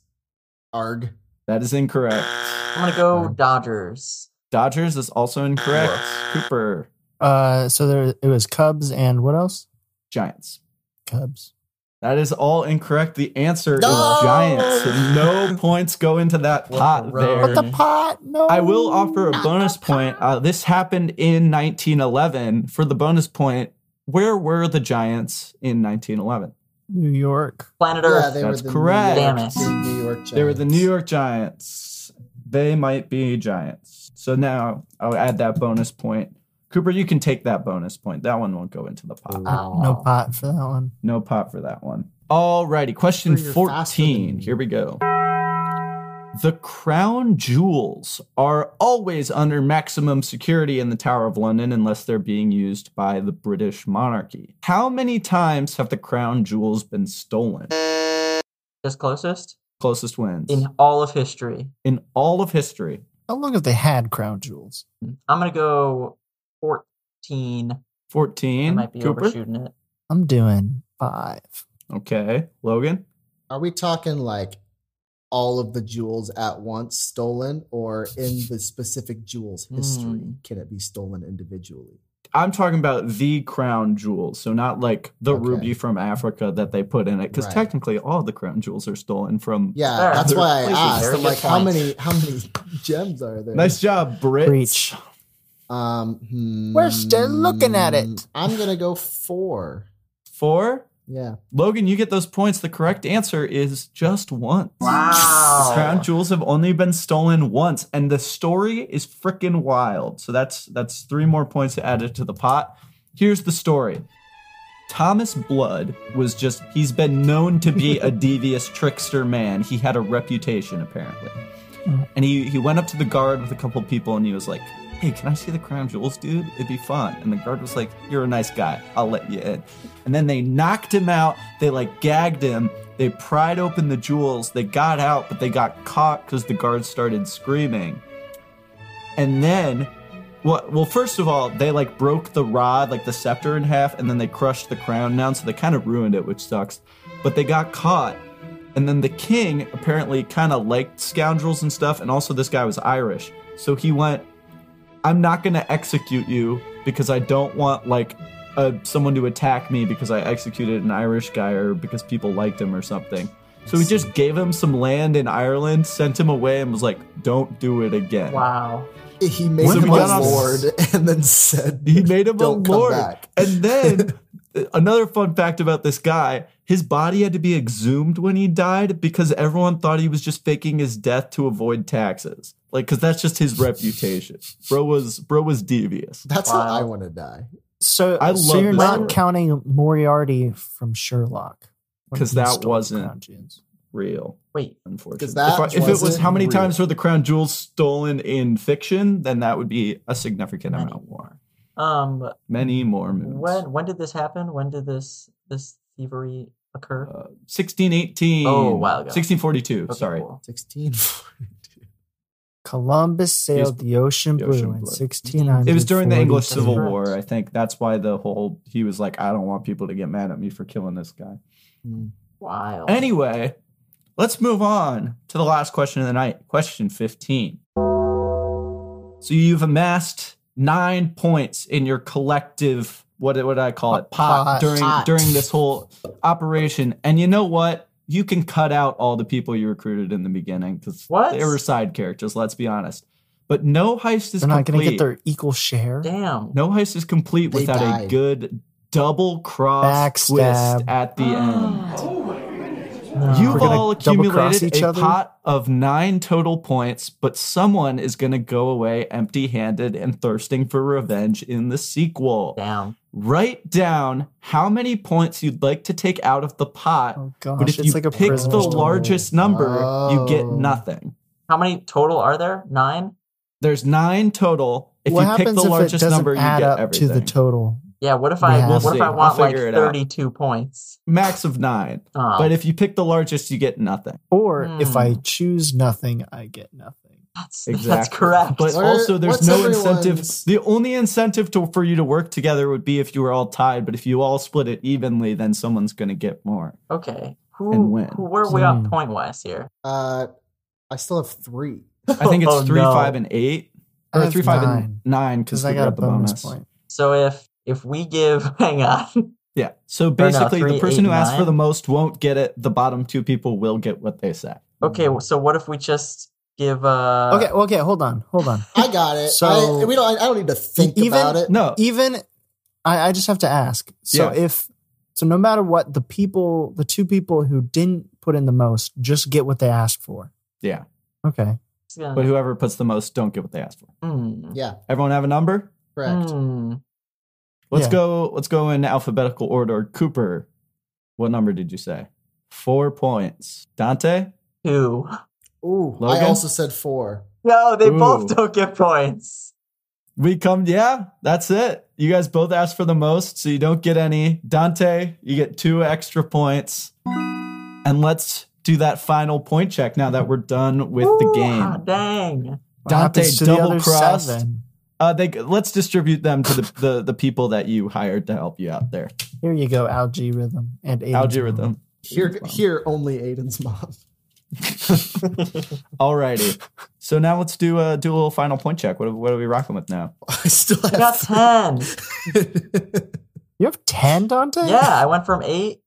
Speaker 3: Arg.
Speaker 1: that is incorrect.
Speaker 4: I'm gonna go Dodgers.
Speaker 1: Dodgers is also incorrect. Cooper,
Speaker 2: Uh, so there it was Cubs and what else?
Speaker 1: Giants.
Speaker 2: Cubs.
Speaker 1: That is all incorrect. The answer
Speaker 3: No!
Speaker 1: is Giants. No points go into that
Speaker 4: What
Speaker 1: pot
Speaker 4: the
Speaker 1: there.
Speaker 4: road.
Speaker 2: What the pot? No.
Speaker 1: Mm-hmm. I will offer a bonus point. Uh, this happened in 1911. For the bonus point, where were the Giants in 1911?
Speaker 2: New York.
Speaker 4: Planet
Speaker 3: Yeah,
Speaker 4: Earth.
Speaker 3: they
Speaker 1: That's
Speaker 3: were the
Speaker 1: correct.
Speaker 3: New York,
Speaker 4: Damn
Speaker 3: New York
Speaker 1: They were the
Speaker 3: Giants.
Speaker 1: New York Giants. They might be Giants. So now I'll add that bonus point. Cooper, you can take that bonus point. That one won't go into the pot.
Speaker 4: Wow.
Speaker 2: No pot for that one.
Speaker 1: No pot for that one. Alrighty, question
Speaker 3: Cooper, you're faster than
Speaker 1: 14.
Speaker 3: me.
Speaker 1: Here we go. The crown jewels are always under maximum security in the Tower of London unless they're being used by the British monarchy. How many times have the crown jewels been stolen?
Speaker 4: Just closest
Speaker 1: Closest wins.
Speaker 4: in all of history.
Speaker 1: In all of history.
Speaker 2: How long have they had crown jewels?
Speaker 4: I'm gonna go 14. I
Speaker 1: 14.
Speaker 4: might be
Speaker 1: Cooper?
Speaker 4: overshooting it.
Speaker 2: I'm doing five.
Speaker 1: Okay. Logan?
Speaker 3: Are we talking like all of the jewels at once stolen, or in the specific jewel's history
Speaker 1: Hmm.
Speaker 4: Mm.
Speaker 3: can it be stolen individually?
Speaker 1: I'm talking about the crown jewels, so not like the
Speaker 3: Okay.
Speaker 1: ruby from Africa that they put in it, because
Speaker 3: Right.
Speaker 1: technically all the crown jewels are stolen from.
Speaker 3: Yeah,
Speaker 1: [LAUGHS]
Speaker 4: There.
Speaker 3: that's why I
Speaker 4: Please,
Speaker 3: asked.
Speaker 4: very
Speaker 3: I'm
Speaker 4: good
Speaker 3: like, how
Speaker 4: point.
Speaker 3: many how many [LAUGHS] gems are there?
Speaker 1: Nice job, Brits.
Speaker 2: Breach.
Speaker 3: Um, hmm,
Speaker 2: We're still looking at it.
Speaker 3: I'm gonna go four.
Speaker 1: Four.
Speaker 3: Yeah,
Speaker 1: Logan, you get those points. The correct answer is just once. The crown
Speaker 4: Wow.
Speaker 1: jewels have only been stolen once, and the story is freaking wild. So that's that's three more points added to the pot. Here's the story. Thomas Blood was just, he's been known to be a devious trickster man. He had a reputation, apparently. And he, he went up to the guard with a couple people and he was like, Hey, can I see the crown jewels, dude? It'd be fun. And the guard was like, You're a nice guy. I'll let you in. And then they knocked him out. They like gagged him. They pried open the jewels. They got out, but they got caught because the guard started screaming. And then well, well, first of all, they like broke the rod, like the scepter in half, and then they crushed the crown down, so they kind of ruined it, which sucks. But they got caught. And then the king apparently kind of liked scoundrels and stuff, and also this guy was Irish. So he went, I'm not going to execute you because I don't want like uh, someone to attack me because I executed an Irish guy or because people liked him or something. So he just gave him some land in Ireland, sent him away, and was like, don't do it again.
Speaker 4: Wow.
Speaker 3: he made
Speaker 1: When
Speaker 3: him
Speaker 1: we
Speaker 3: a
Speaker 1: got on-
Speaker 3: lord, and then said
Speaker 1: He made him
Speaker 3: Don't
Speaker 1: a
Speaker 3: come
Speaker 1: lord.
Speaker 3: back.
Speaker 1: And then
Speaker 4: [LAUGHS]
Speaker 1: another fun fact about this guy, his body had to be exhumed when he died because everyone thought he was just faking his death to avoid taxes. Like cuz that's just his reputation. Bro was bro was devious.
Speaker 3: that's
Speaker 4: Wow.
Speaker 3: how I want to die.
Speaker 2: So,
Speaker 1: I
Speaker 2: so
Speaker 1: love
Speaker 2: you're
Speaker 1: this
Speaker 2: not
Speaker 1: story.
Speaker 2: counting Moriarty from Sherlock. when
Speaker 1: 'Cause
Speaker 2: he
Speaker 1: that
Speaker 2: stole the
Speaker 1: wasn't-
Speaker 2: crown jewels.
Speaker 1: Real,
Speaker 4: Wait.
Speaker 1: unfortunately.
Speaker 3: that
Speaker 1: If, I- if it was
Speaker 3: wasn't
Speaker 1: how many
Speaker 3: real.
Speaker 1: times were the crown jewels stolen in fiction, then that would be a significant
Speaker 4: Many
Speaker 1: amount more.
Speaker 4: Um.
Speaker 1: Many more moons.
Speaker 4: When when did this happen? When did this this thievery occur?
Speaker 1: Uh, 1618.
Speaker 4: Oh, a while ago.
Speaker 1: 1642,
Speaker 4: Okay,
Speaker 1: sorry.
Speaker 4: cool.
Speaker 3: Sixteen.
Speaker 2: Columbus sailed the ocean
Speaker 1: the
Speaker 2: blue
Speaker 1: ocean
Speaker 2: in
Speaker 1: blue.
Speaker 2: 1600.
Speaker 1: It was during the English Civil
Speaker 4: Correct.
Speaker 1: War, I think. That's why the whole he was like, I don't want people to get mad at me for killing this guy.
Speaker 4: Wild.
Speaker 1: Anyway, let's move on to the last question of the night. Question 15. So you've amassed nine points in your collective what what did I call it? Pot,
Speaker 2: Pot.
Speaker 1: during
Speaker 3: Pot.
Speaker 1: during this whole operation. And you know what? You can cut out all the people you recruited in the beginning because
Speaker 4: What?
Speaker 1: they were side characters, let's be honest. But no heist is
Speaker 2: They're not going to
Speaker 1: complete.
Speaker 2: get their equal share.
Speaker 4: Damn.
Speaker 1: No heist is complete
Speaker 3: They
Speaker 1: without a
Speaker 3: died.
Speaker 1: good double cross
Speaker 2: Backstab.
Speaker 1: twist at the end.
Speaker 4: No.
Speaker 1: You've
Speaker 2: gonna
Speaker 1: all
Speaker 2: double cross
Speaker 1: accumulated
Speaker 2: each
Speaker 1: a
Speaker 2: other?
Speaker 1: pot of nine total points, but someone is going to go away empty handed and thirsting for revenge in the sequel.
Speaker 4: Damn.
Speaker 1: Write down how many points you'd like to take out of the pot,
Speaker 2: Oh gosh,
Speaker 1: but if
Speaker 2: it's
Speaker 1: you
Speaker 2: like a
Speaker 1: pick the
Speaker 2: prisoner's dilemma.
Speaker 1: largest number, you get
Speaker 3: Oh.
Speaker 1: nothing.
Speaker 4: How many total are there? Nine?
Speaker 1: There's nine total. If
Speaker 2: what
Speaker 1: you
Speaker 2: happens
Speaker 1: pick the
Speaker 2: if
Speaker 1: largest
Speaker 2: it doesn't
Speaker 1: number, you
Speaker 2: add
Speaker 1: get
Speaker 2: up
Speaker 1: everything.
Speaker 2: to the total?
Speaker 4: Yeah, what if I
Speaker 2: Yeah. We'll
Speaker 4: what
Speaker 1: see.
Speaker 4: if I
Speaker 1: I'll
Speaker 4: want like
Speaker 1: figure it out.
Speaker 4: 32 points?
Speaker 1: Max of nine.
Speaker 4: Oh,
Speaker 1: But if you pick the largest, you get nothing.
Speaker 2: Or if
Speaker 4: Hmm.
Speaker 2: I choose nothing, I get nothing.
Speaker 4: [LAUGHS] that's, [LAUGHS] that's
Speaker 1: Exactly.
Speaker 4: correct.
Speaker 1: But
Speaker 3: Where-
Speaker 1: also, there's
Speaker 3: what's
Speaker 1: no
Speaker 3: everyone's-
Speaker 1: incentive. The only incentive to, for you to work together would be if you were all tied. But if you all split it evenly, then someone's going to get more.
Speaker 4: okay. Who,
Speaker 1: And when.
Speaker 4: who where are we at
Speaker 2: Hmm.
Speaker 4: point wise here?
Speaker 3: [LAUGHS] Uh, I still have three.
Speaker 1: I think
Speaker 4: [LAUGHS] Oh,
Speaker 1: it's three,
Speaker 4: no.
Speaker 1: five, and eight,
Speaker 2: I
Speaker 1: or
Speaker 2: have
Speaker 1: three, five,
Speaker 2: nine
Speaker 1: and nine because
Speaker 2: because
Speaker 1: we
Speaker 2: I got a
Speaker 1: got the bonus.
Speaker 2: bonus, point.
Speaker 4: So if if we give [LAUGHS] hang on.
Speaker 1: Yeah. So
Speaker 4: no,
Speaker 1: basically,
Speaker 4: three,
Speaker 1: the person
Speaker 4: eight,
Speaker 1: who asks for
Speaker 4: nine.
Speaker 1: the most won't get it. The bottom two people will get what they say.
Speaker 4: Okay,
Speaker 1: Hmm.
Speaker 4: so what if we just give uh
Speaker 2: okay, okay, hold on,
Speaker 1: [LAUGHS]
Speaker 2: hold on.
Speaker 3: I got it.
Speaker 2: So-
Speaker 3: I, we don't. I, I don't need to think
Speaker 2: Even-
Speaker 3: about it.
Speaker 1: No,
Speaker 2: Even I, I just have to ask. So
Speaker 1: Yeah.
Speaker 2: if so, no matter what, the people, the two people who didn't put in the most, just get what they asked for.
Speaker 1: Yeah.
Speaker 2: Okay.
Speaker 4: it's gonna-
Speaker 1: but whoever puts the most don't get what they asked for.
Speaker 4: Hmm.
Speaker 3: Yeah,
Speaker 1: Everyone have a number.
Speaker 3: correct.
Speaker 4: Hmm.
Speaker 1: Let's
Speaker 2: Yeah.
Speaker 1: go. Let's go in alphabetical order. Cooper, what number did you say? Four points. Dante.
Speaker 4: Two.
Speaker 2: Hmm.
Speaker 3: Ooh,
Speaker 1: Logan?
Speaker 3: I also said four.
Speaker 4: [LAUGHS] No, they
Speaker 1: Ooh.
Speaker 4: both don't get points.
Speaker 1: We come, yeah, that's it. You guys both asked for the most, so you don't get any. Dante, you get two extra points. And let's do that final point check now that we're done with the
Speaker 4: Ooh, ah,
Speaker 1: game. [LAUGHS]
Speaker 4: Dang.
Speaker 2: What
Speaker 1: Dante
Speaker 2: happens to the
Speaker 1: double
Speaker 2: other
Speaker 1: crossed.
Speaker 2: seven?
Speaker 1: Uh, they, let's distribute them to the, the, the people that you hired to help you out there.
Speaker 2: Here you go, algae rhythm and Aiden's
Speaker 1: Algorithm.
Speaker 3: Here, here only Aiden's mom. [LAUGHS]
Speaker 1: Alrighty. So now let's do a do a little final point check. What, are- what are we rocking with now?
Speaker 3: I still
Speaker 4: I got
Speaker 3: have. [LAUGHS]
Speaker 4: ten.
Speaker 2: You have ten, Dante.
Speaker 4: yeah, I went from eight,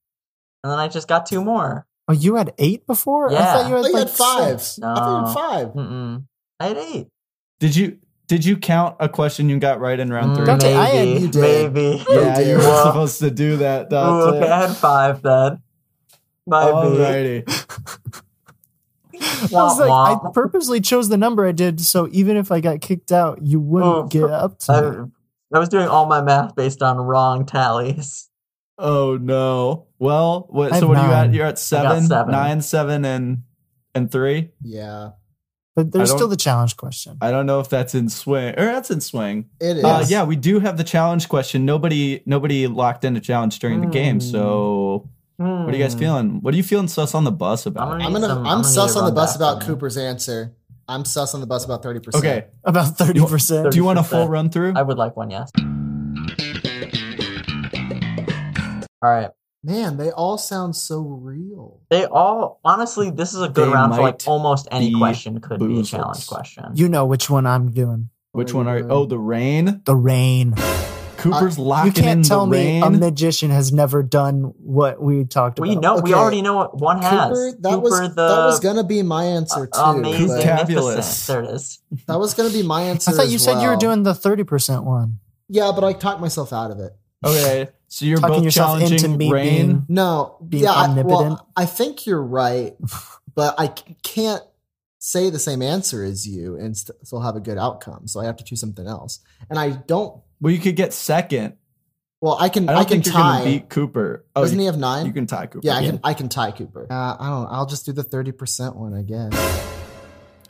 Speaker 4: and then I just got two more.
Speaker 2: Oh, you had eight before. I
Speaker 4: Yeah.
Speaker 2: thought you
Speaker 3: I
Speaker 2: had
Speaker 3: thought you
Speaker 2: like
Speaker 3: had five.
Speaker 2: six.
Speaker 3: I thought you
Speaker 4: No.
Speaker 3: had five.
Speaker 4: Mm-mm. I had eight.
Speaker 1: Did you did you count a question you got right in round three?
Speaker 2: Dante, I had-
Speaker 4: Mm, maybe,
Speaker 3: you did.
Speaker 4: maybe. [LAUGHS]
Speaker 1: yeah, you
Speaker 3: dear.
Speaker 1: were
Speaker 4: Well,
Speaker 1: supposed to do that,
Speaker 4: [LAUGHS] Ooh,
Speaker 1: Dante.
Speaker 4: okay, I had five then. Might be.
Speaker 1: Alrighty.
Speaker 2: I was
Speaker 4: Wah,
Speaker 2: like, I
Speaker 4: wah.
Speaker 2: purposely chose the number I did, so even if I got kicked out, you wouldn't
Speaker 4: Oh,
Speaker 2: get up to me.
Speaker 4: I, I was doing all my math based on wrong tallies. [LAUGHS]
Speaker 1: Oh no. Well, what,
Speaker 2: I
Speaker 1: so
Speaker 2: have
Speaker 1: what are you
Speaker 2: nine.
Speaker 1: at? You're at seven,
Speaker 4: seven.
Speaker 1: nine, seven, and and three.
Speaker 3: Yeah,
Speaker 2: But
Speaker 1: I
Speaker 2: there's
Speaker 1: don't-
Speaker 2: still the challenge question.
Speaker 1: I don't know if that's in swing or that's in swing.
Speaker 3: it is.
Speaker 1: Uh, yeah, we do have the challenge question. Nobody, nobody locked in a challenge during the game.
Speaker 4: Hmm.
Speaker 1: So,
Speaker 2: Mm.
Speaker 1: what are you guys
Speaker 4: Hmm.
Speaker 1: feeling? What are you feeling sus on the bus about?
Speaker 4: gonna
Speaker 3: I'm
Speaker 4: need
Speaker 3: gonna.
Speaker 4: some-
Speaker 3: I'm,
Speaker 4: gonna need
Speaker 3: sus
Speaker 4: a
Speaker 3: on the
Speaker 4: run
Speaker 3: bus
Speaker 4: back
Speaker 3: about
Speaker 4: on that.
Speaker 3: Cooper's answer. I'm sus on the bus about thirty percent.
Speaker 1: Okay,
Speaker 2: About thirty percent.
Speaker 1: do you want a full
Speaker 4: 30%.
Speaker 1: run through?
Speaker 4: I would like one, yes. All right.
Speaker 3: man, they all sound so real.
Speaker 4: They all honestly, this is a good
Speaker 1: They
Speaker 4: round for like
Speaker 1: might
Speaker 4: almost any
Speaker 1: be
Speaker 4: question could be a
Speaker 1: boozles.
Speaker 4: challenge question.
Speaker 2: You know which one I'm doing.
Speaker 1: Which one are? Oh, the rain.
Speaker 2: The rain.
Speaker 1: Cooper's
Speaker 2: Mm. You
Speaker 1: locking in
Speaker 2: can't
Speaker 1: the
Speaker 2: tell me
Speaker 1: rain.
Speaker 2: a magician has never done what we talked about.
Speaker 4: we know we
Speaker 3: Okay.
Speaker 4: already know what one has.
Speaker 3: Cooper, that was
Speaker 4: Cooper
Speaker 3: that was gonna be my answer too.
Speaker 4: uh, amazing,
Speaker 3: but
Speaker 1: Cooper.
Speaker 4: magnificent.
Speaker 1: Capulous.
Speaker 4: There it is.
Speaker 3: That was gonna be my answer.
Speaker 2: I thought
Speaker 3: as
Speaker 2: you said you were
Speaker 3: well.
Speaker 2: doing the thirty percent one.
Speaker 3: Yeah, but I talked myself out of it.
Speaker 1: okay, so you're
Speaker 2: Talking
Speaker 1: both
Speaker 2: yourself into
Speaker 1: challenging
Speaker 2: me
Speaker 1: rain.
Speaker 2: being-
Speaker 3: No,
Speaker 2: Being
Speaker 3: yeah, I,
Speaker 2: omnipotent.
Speaker 3: well, I think you're right, but I c- can't say the same answer as you and st- still have a good outcome. So I have to choose something else. And I don't.
Speaker 1: well, you could get second.
Speaker 3: Well, I can.
Speaker 1: I
Speaker 3: I,
Speaker 1: don't
Speaker 3: can
Speaker 1: think you're gonna
Speaker 3: tie.
Speaker 1: beat Cooper. Oh,
Speaker 3: Doesn't
Speaker 1: you,
Speaker 3: he have nine?
Speaker 1: you can tie Cooper.
Speaker 3: yeah, I can. I can tie Cooper. Uh, I don't. I'll just do the thirty percent one, I guess.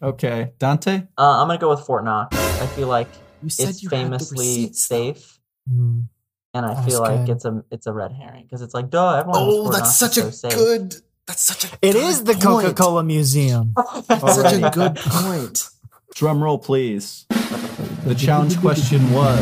Speaker 1: Okay, Dante.
Speaker 4: Uh, I'm gonna go with Fort Knox. I feel like
Speaker 3: You said
Speaker 4: it's
Speaker 3: you had the
Speaker 4: famously
Speaker 3: receipts, though.
Speaker 4: safe,
Speaker 2: Hmm.
Speaker 4: and I
Speaker 2: That's
Speaker 4: feel like
Speaker 2: good.
Speaker 4: it's a it's a red herring because it's like, duh, everyone. knows
Speaker 3: Oh,
Speaker 4: Fort
Speaker 3: that's
Speaker 4: Knox
Speaker 3: such
Speaker 4: is
Speaker 3: a
Speaker 4: so safe.
Speaker 3: good. That's such a.
Speaker 2: It
Speaker 3: good
Speaker 2: is the
Speaker 3: point.
Speaker 2: Coca Cola Museum.
Speaker 3: That's such a
Speaker 1: Alrighty.
Speaker 3: good point.
Speaker 1: Drum roll, please. The challenge question was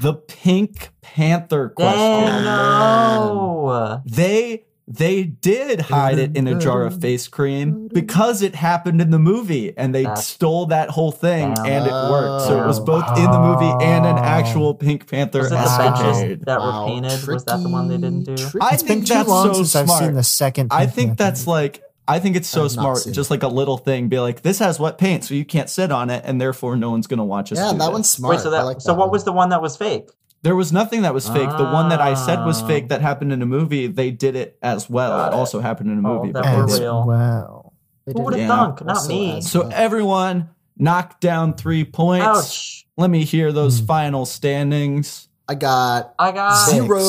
Speaker 1: the Pink Panther question.
Speaker 4: Dang, no.
Speaker 1: They they did hide it in a jar of face cream because it happened in the movie and they
Speaker 4: That's-
Speaker 1: stole that whole thing and it worked. So it was
Speaker 3: Oh,
Speaker 1: both in the movie and an
Speaker 2: wow.
Speaker 1: actual Pink Panther
Speaker 4: Oh. Was it the benches
Speaker 1: escapade.
Speaker 4: [LAUGHS] that
Speaker 3: Wow,
Speaker 4: were painted? Was that the one they didn't do?
Speaker 3: tricky,
Speaker 1: I
Speaker 3: tricky.
Speaker 2: It's been
Speaker 1: think
Speaker 2: too
Speaker 1: that's
Speaker 2: long
Speaker 1: so
Speaker 2: since I've seen
Speaker 1: smart.
Speaker 2: the second.
Speaker 1: I
Speaker 2: Pink
Speaker 1: think
Speaker 2: Panther.
Speaker 1: that's like I think it's so
Speaker 3: I've not
Speaker 1: smart.
Speaker 3: seen
Speaker 1: Just like a little thing, be like, this has wet paint, so you can't sit on it, and therefore no one's gonna watch us.
Speaker 3: yeah,
Speaker 1: do
Speaker 3: that
Speaker 1: this.
Speaker 3: one's smart.
Speaker 4: Wait, so
Speaker 3: I
Speaker 4: that,
Speaker 3: like
Speaker 4: so
Speaker 3: that
Speaker 4: what
Speaker 3: one.
Speaker 4: was the one that was fake?
Speaker 1: There was nothing that was fake. The one that I said was
Speaker 4: Ah.
Speaker 1: fake that happened in a movie, they did it as well.
Speaker 4: Got
Speaker 1: it
Speaker 4: it.
Speaker 1: also happened in a
Speaker 4: Oh,
Speaker 1: movie.
Speaker 4: that
Speaker 1: but they
Speaker 4: were
Speaker 2: as
Speaker 1: didn't.
Speaker 4: real.
Speaker 2: well.
Speaker 3: They
Speaker 4: Who
Speaker 3: did
Speaker 4: would have
Speaker 3: it.
Speaker 1: Yeah.
Speaker 4: thunk? Not
Speaker 3: Also
Speaker 4: me.
Speaker 3: as-
Speaker 1: So everyone knocked down three points.
Speaker 4: Ouch.
Speaker 1: Let me hear
Speaker 3: Hmm.
Speaker 1: those final standings.
Speaker 3: I got
Speaker 4: I got
Speaker 2: Zero.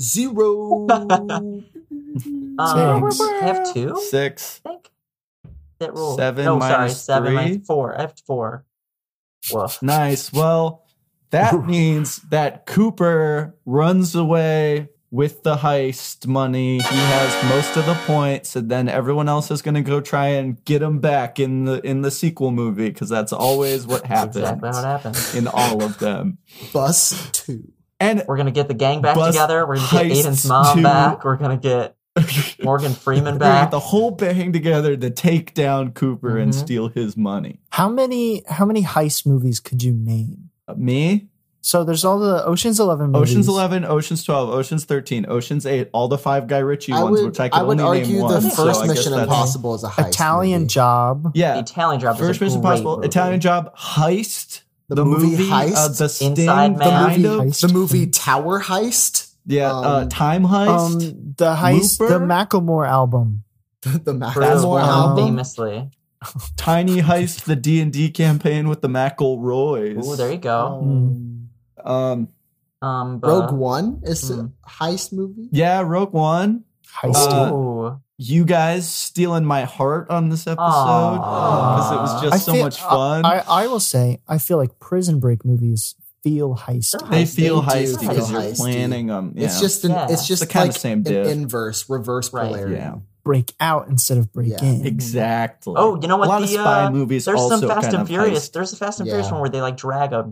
Speaker 3: zero,
Speaker 4: [LAUGHS]
Speaker 3: zero.
Speaker 4: um,
Speaker 2: Six.
Speaker 4: I have two.
Speaker 1: Six.
Speaker 4: I think that rule.
Speaker 1: Seven
Speaker 4: No, sorry,
Speaker 1: minus
Speaker 4: seven
Speaker 1: three.
Speaker 4: minus four. I have four. Woof.
Speaker 1: Nice. Well,
Speaker 3: [LAUGHS]
Speaker 1: that means that Cooper runs away with the heist money. He has most of the points, and then everyone else is going to go try and get him back in the in the sequel movie because that's always
Speaker 3: [LAUGHS]
Speaker 1: what
Speaker 4: That's
Speaker 1: happens
Speaker 4: exactly how it happens.
Speaker 1: in all of them.
Speaker 3: Bus two. [LAUGHS]
Speaker 1: And
Speaker 4: We're gonna get the gang back
Speaker 1: Bus
Speaker 4: together. We're gonna get Aiden's
Speaker 1: heists
Speaker 4: mom
Speaker 1: to-
Speaker 4: back. We're gonna get
Speaker 1: [LAUGHS]
Speaker 4: Morgan Freeman
Speaker 1: We're gonna
Speaker 4: back.
Speaker 1: get the whole bang together to take down Cooper and
Speaker 3: Mm-hmm.
Speaker 4: Mhm.
Speaker 1: steal his money.
Speaker 2: How many how many heist movies could you name?
Speaker 1: Uh, me,
Speaker 2: So there's all the Ocean's Eleven movies.
Speaker 1: Ocean's Eleven, Oceans Twelve, Oceans Thirteen, Oceans Eight, all the five Guy Ritchie
Speaker 3: I
Speaker 1: ones,
Speaker 3: would,
Speaker 1: which I
Speaker 3: I
Speaker 1: can
Speaker 3: would
Speaker 1: only
Speaker 3: argue
Speaker 1: name
Speaker 3: the
Speaker 1: one. so
Speaker 3: first
Speaker 1: I guess
Speaker 3: Mission
Speaker 1: that's-
Speaker 3: Impossible is a heist
Speaker 2: Italian
Speaker 3: movie.
Speaker 2: Job.
Speaker 4: the
Speaker 1: Yeah,
Speaker 4: Italian job.
Speaker 1: first
Speaker 4: is a
Speaker 1: Mission
Speaker 4: great
Speaker 1: Impossible,
Speaker 4: movie.
Speaker 1: Italian Job, Heist,
Speaker 3: The movie Heist,
Speaker 1: uh, the Sting,
Speaker 4: Inside
Speaker 1: the
Speaker 4: Man.
Speaker 1: Mind
Speaker 2: The movie
Speaker 1: of-
Speaker 2: Heist.
Speaker 3: The movie Tower Heist, [LAUGHS]
Speaker 1: yeah, uh,
Speaker 3: Um,
Speaker 1: Time Heist.
Speaker 2: Um, the heist,
Speaker 1: Looper?
Speaker 2: the Macklemore album.
Speaker 3: the
Speaker 4: Bruce
Speaker 3: Macklemore
Speaker 1: one of
Speaker 4: Willis
Speaker 2: album.
Speaker 4: famously.
Speaker 2: [LAUGHS]
Speaker 1: Tiny Heist, the D and D campaign with the McElroys.
Speaker 4: Ooh, there you go.
Speaker 2: Hmm.
Speaker 3: Um,
Speaker 1: Um,
Speaker 4: Um, but,
Speaker 3: Rogue One is
Speaker 4: Hmm.
Speaker 3: a heist movie.
Speaker 1: Mm. yeah, Rogue One.
Speaker 2: Heist.
Speaker 1: Uh,
Speaker 4: Ooh,
Speaker 1: you guys stealing my heart on this episode because it was
Speaker 4: Aw.
Speaker 1: just
Speaker 2: I
Speaker 1: so
Speaker 2: feel-
Speaker 1: much fun.
Speaker 2: I, I will say, I feel like Prison Break movies feel heisty.
Speaker 1: they feel
Speaker 3: they do
Speaker 1: heist
Speaker 3: feel
Speaker 1: because you're
Speaker 3: heisty.
Speaker 1: planning them. Yeah.
Speaker 3: It's just an,
Speaker 4: Yeah.
Speaker 3: it's just
Speaker 1: the kinda
Speaker 3: like
Speaker 1: same
Speaker 3: an
Speaker 1: diff.
Speaker 3: inverse reverse
Speaker 4: Right.
Speaker 3: polarity.
Speaker 1: Yeah.
Speaker 2: Break out instead of break
Speaker 3: Yeah.
Speaker 2: in.
Speaker 1: exactly.
Speaker 4: Oh, you know what?
Speaker 1: A lot of
Speaker 4: The,
Speaker 1: spy
Speaker 4: uh,
Speaker 1: movies
Speaker 4: there's
Speaker 1: also
Speaker 4: some Fast
Speaker 1: kind
Speaker 4: and
Speaker 1: of
Speaker 4: Furious.
Speaker 1: heist.
Speaker 4: There's a Fast and Furious
Speaker 3: Yeah.
Speaker 4: one where they like drag a,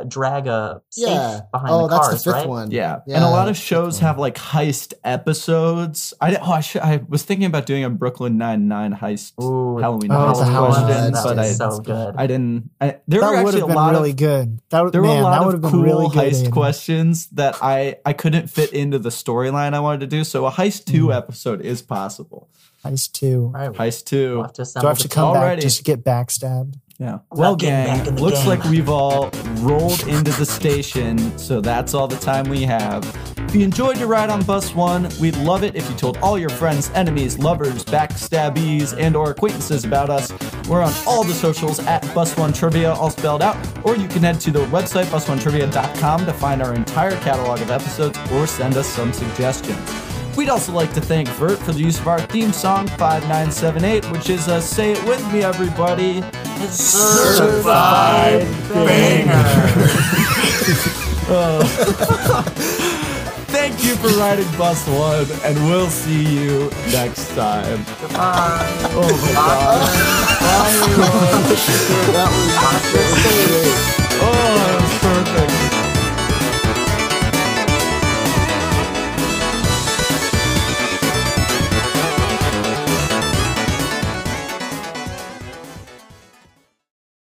Speaker 4: a- drag a safe
Speaker 3: Yeah.
Speaker 4: behind
Speaker 3: Oh,
Speaker 4: the
Speaker 3: that's
Speaker 4: cars,
Speaker 3: the fifth
Speaker 4: right?
Speaker 3: one.
Speaker 1: Yeah. and a lot of
Speaker 3: that's the
Speaker 1: shows
Speaker 3: fifth one.
Speaker 1: have like heist episodes. I didn't- oh, I, should, I was thinking about doing a Brooklyn Nine Nine heist
Speaker 4: Ooh,
Speaker 1: Halloween
Speaker 2: Oh, it's a
Speaker 1: heist
Speaker 2: Halloween
Speaker 1: question,
Speaker 2: heist.
Speaker 1: but I,
Speaker 4: That's
Speaker 1: [LAUGHS]
Speaker 2: That's
Speaker 4: so good.
Speaker 1: I didn't. I, there were
Speaker 2: that would
Speaker 1: actually a
Speaker 2: have been
Speaker 1: lot
Speaker 2: really
Speaker 1: of
Speaker 2: good. That would
Speaker 1: there were
Speaker 2: man,
Speaker 1: a
Speaker 2: that
Speaker 1: lot
Speaker 2: would
Speaker 1: of
Speaker 2: have
Speaker 1: cool
Speaker 2: been really good.
Speaker 1: heist
Speaker 2: Aiden.
Speaker 1: questions that I I couldn't fit into the storyline I wanted to do. So a heist two
Speaker 2: Mm.
Speaker 1: episode is possible.
Speaker 2: Heist two.
Speaker 4: All right,
Speaker 1: Heist two.
Speaker 4: we'll have to
Speaker 2: Do I
Speaker 4: assemble
Speaker 2: have
Speaker 4: the
Speaker 2: to come back
Speaker 1: Alrighty.
Speaker 2: just to get backstabbed?
Speaker 1: Yeah.
Speaker 4: not
Speaker 1: Well,
Speaker 4: getting back
Speaker 1: gang,
Speaker 4: in the
Speaker 1: looks
Speaker 4: game.
Speaker 1: like we've all rolled into the station, so that's all the time we have. If you enjoyed your ride on Bus 1, we'd love it if you told all your friends, enemies, lovers, backstabbies, and or acquaintances about us. We're on all the socials at Bus 1 Trivia, all spelled out, or you can head to the website bus1trivia.com to find our entire catalog of episodes or send us some suggestions. We'd also like to thank Vert for the use of our theme song 5978, which is uh, Say It With Me, Everybody.
Speaker 2: [LAUGHS]
Speaker 4: Certified banger.
Speaker 1: Thank you for riding Bus 1, and we'll see you next time.
Speaker 4: Bye.
Speaker 1: [LAUGHS]
Speaker 3: [LAUGHS]
Speaker 1: Oh my god. Bye, everyone.
Speaker 3: That
Speaker 4: Bye.
Speaker 3: was- [LAUGHS]
Speaker 1: Oh,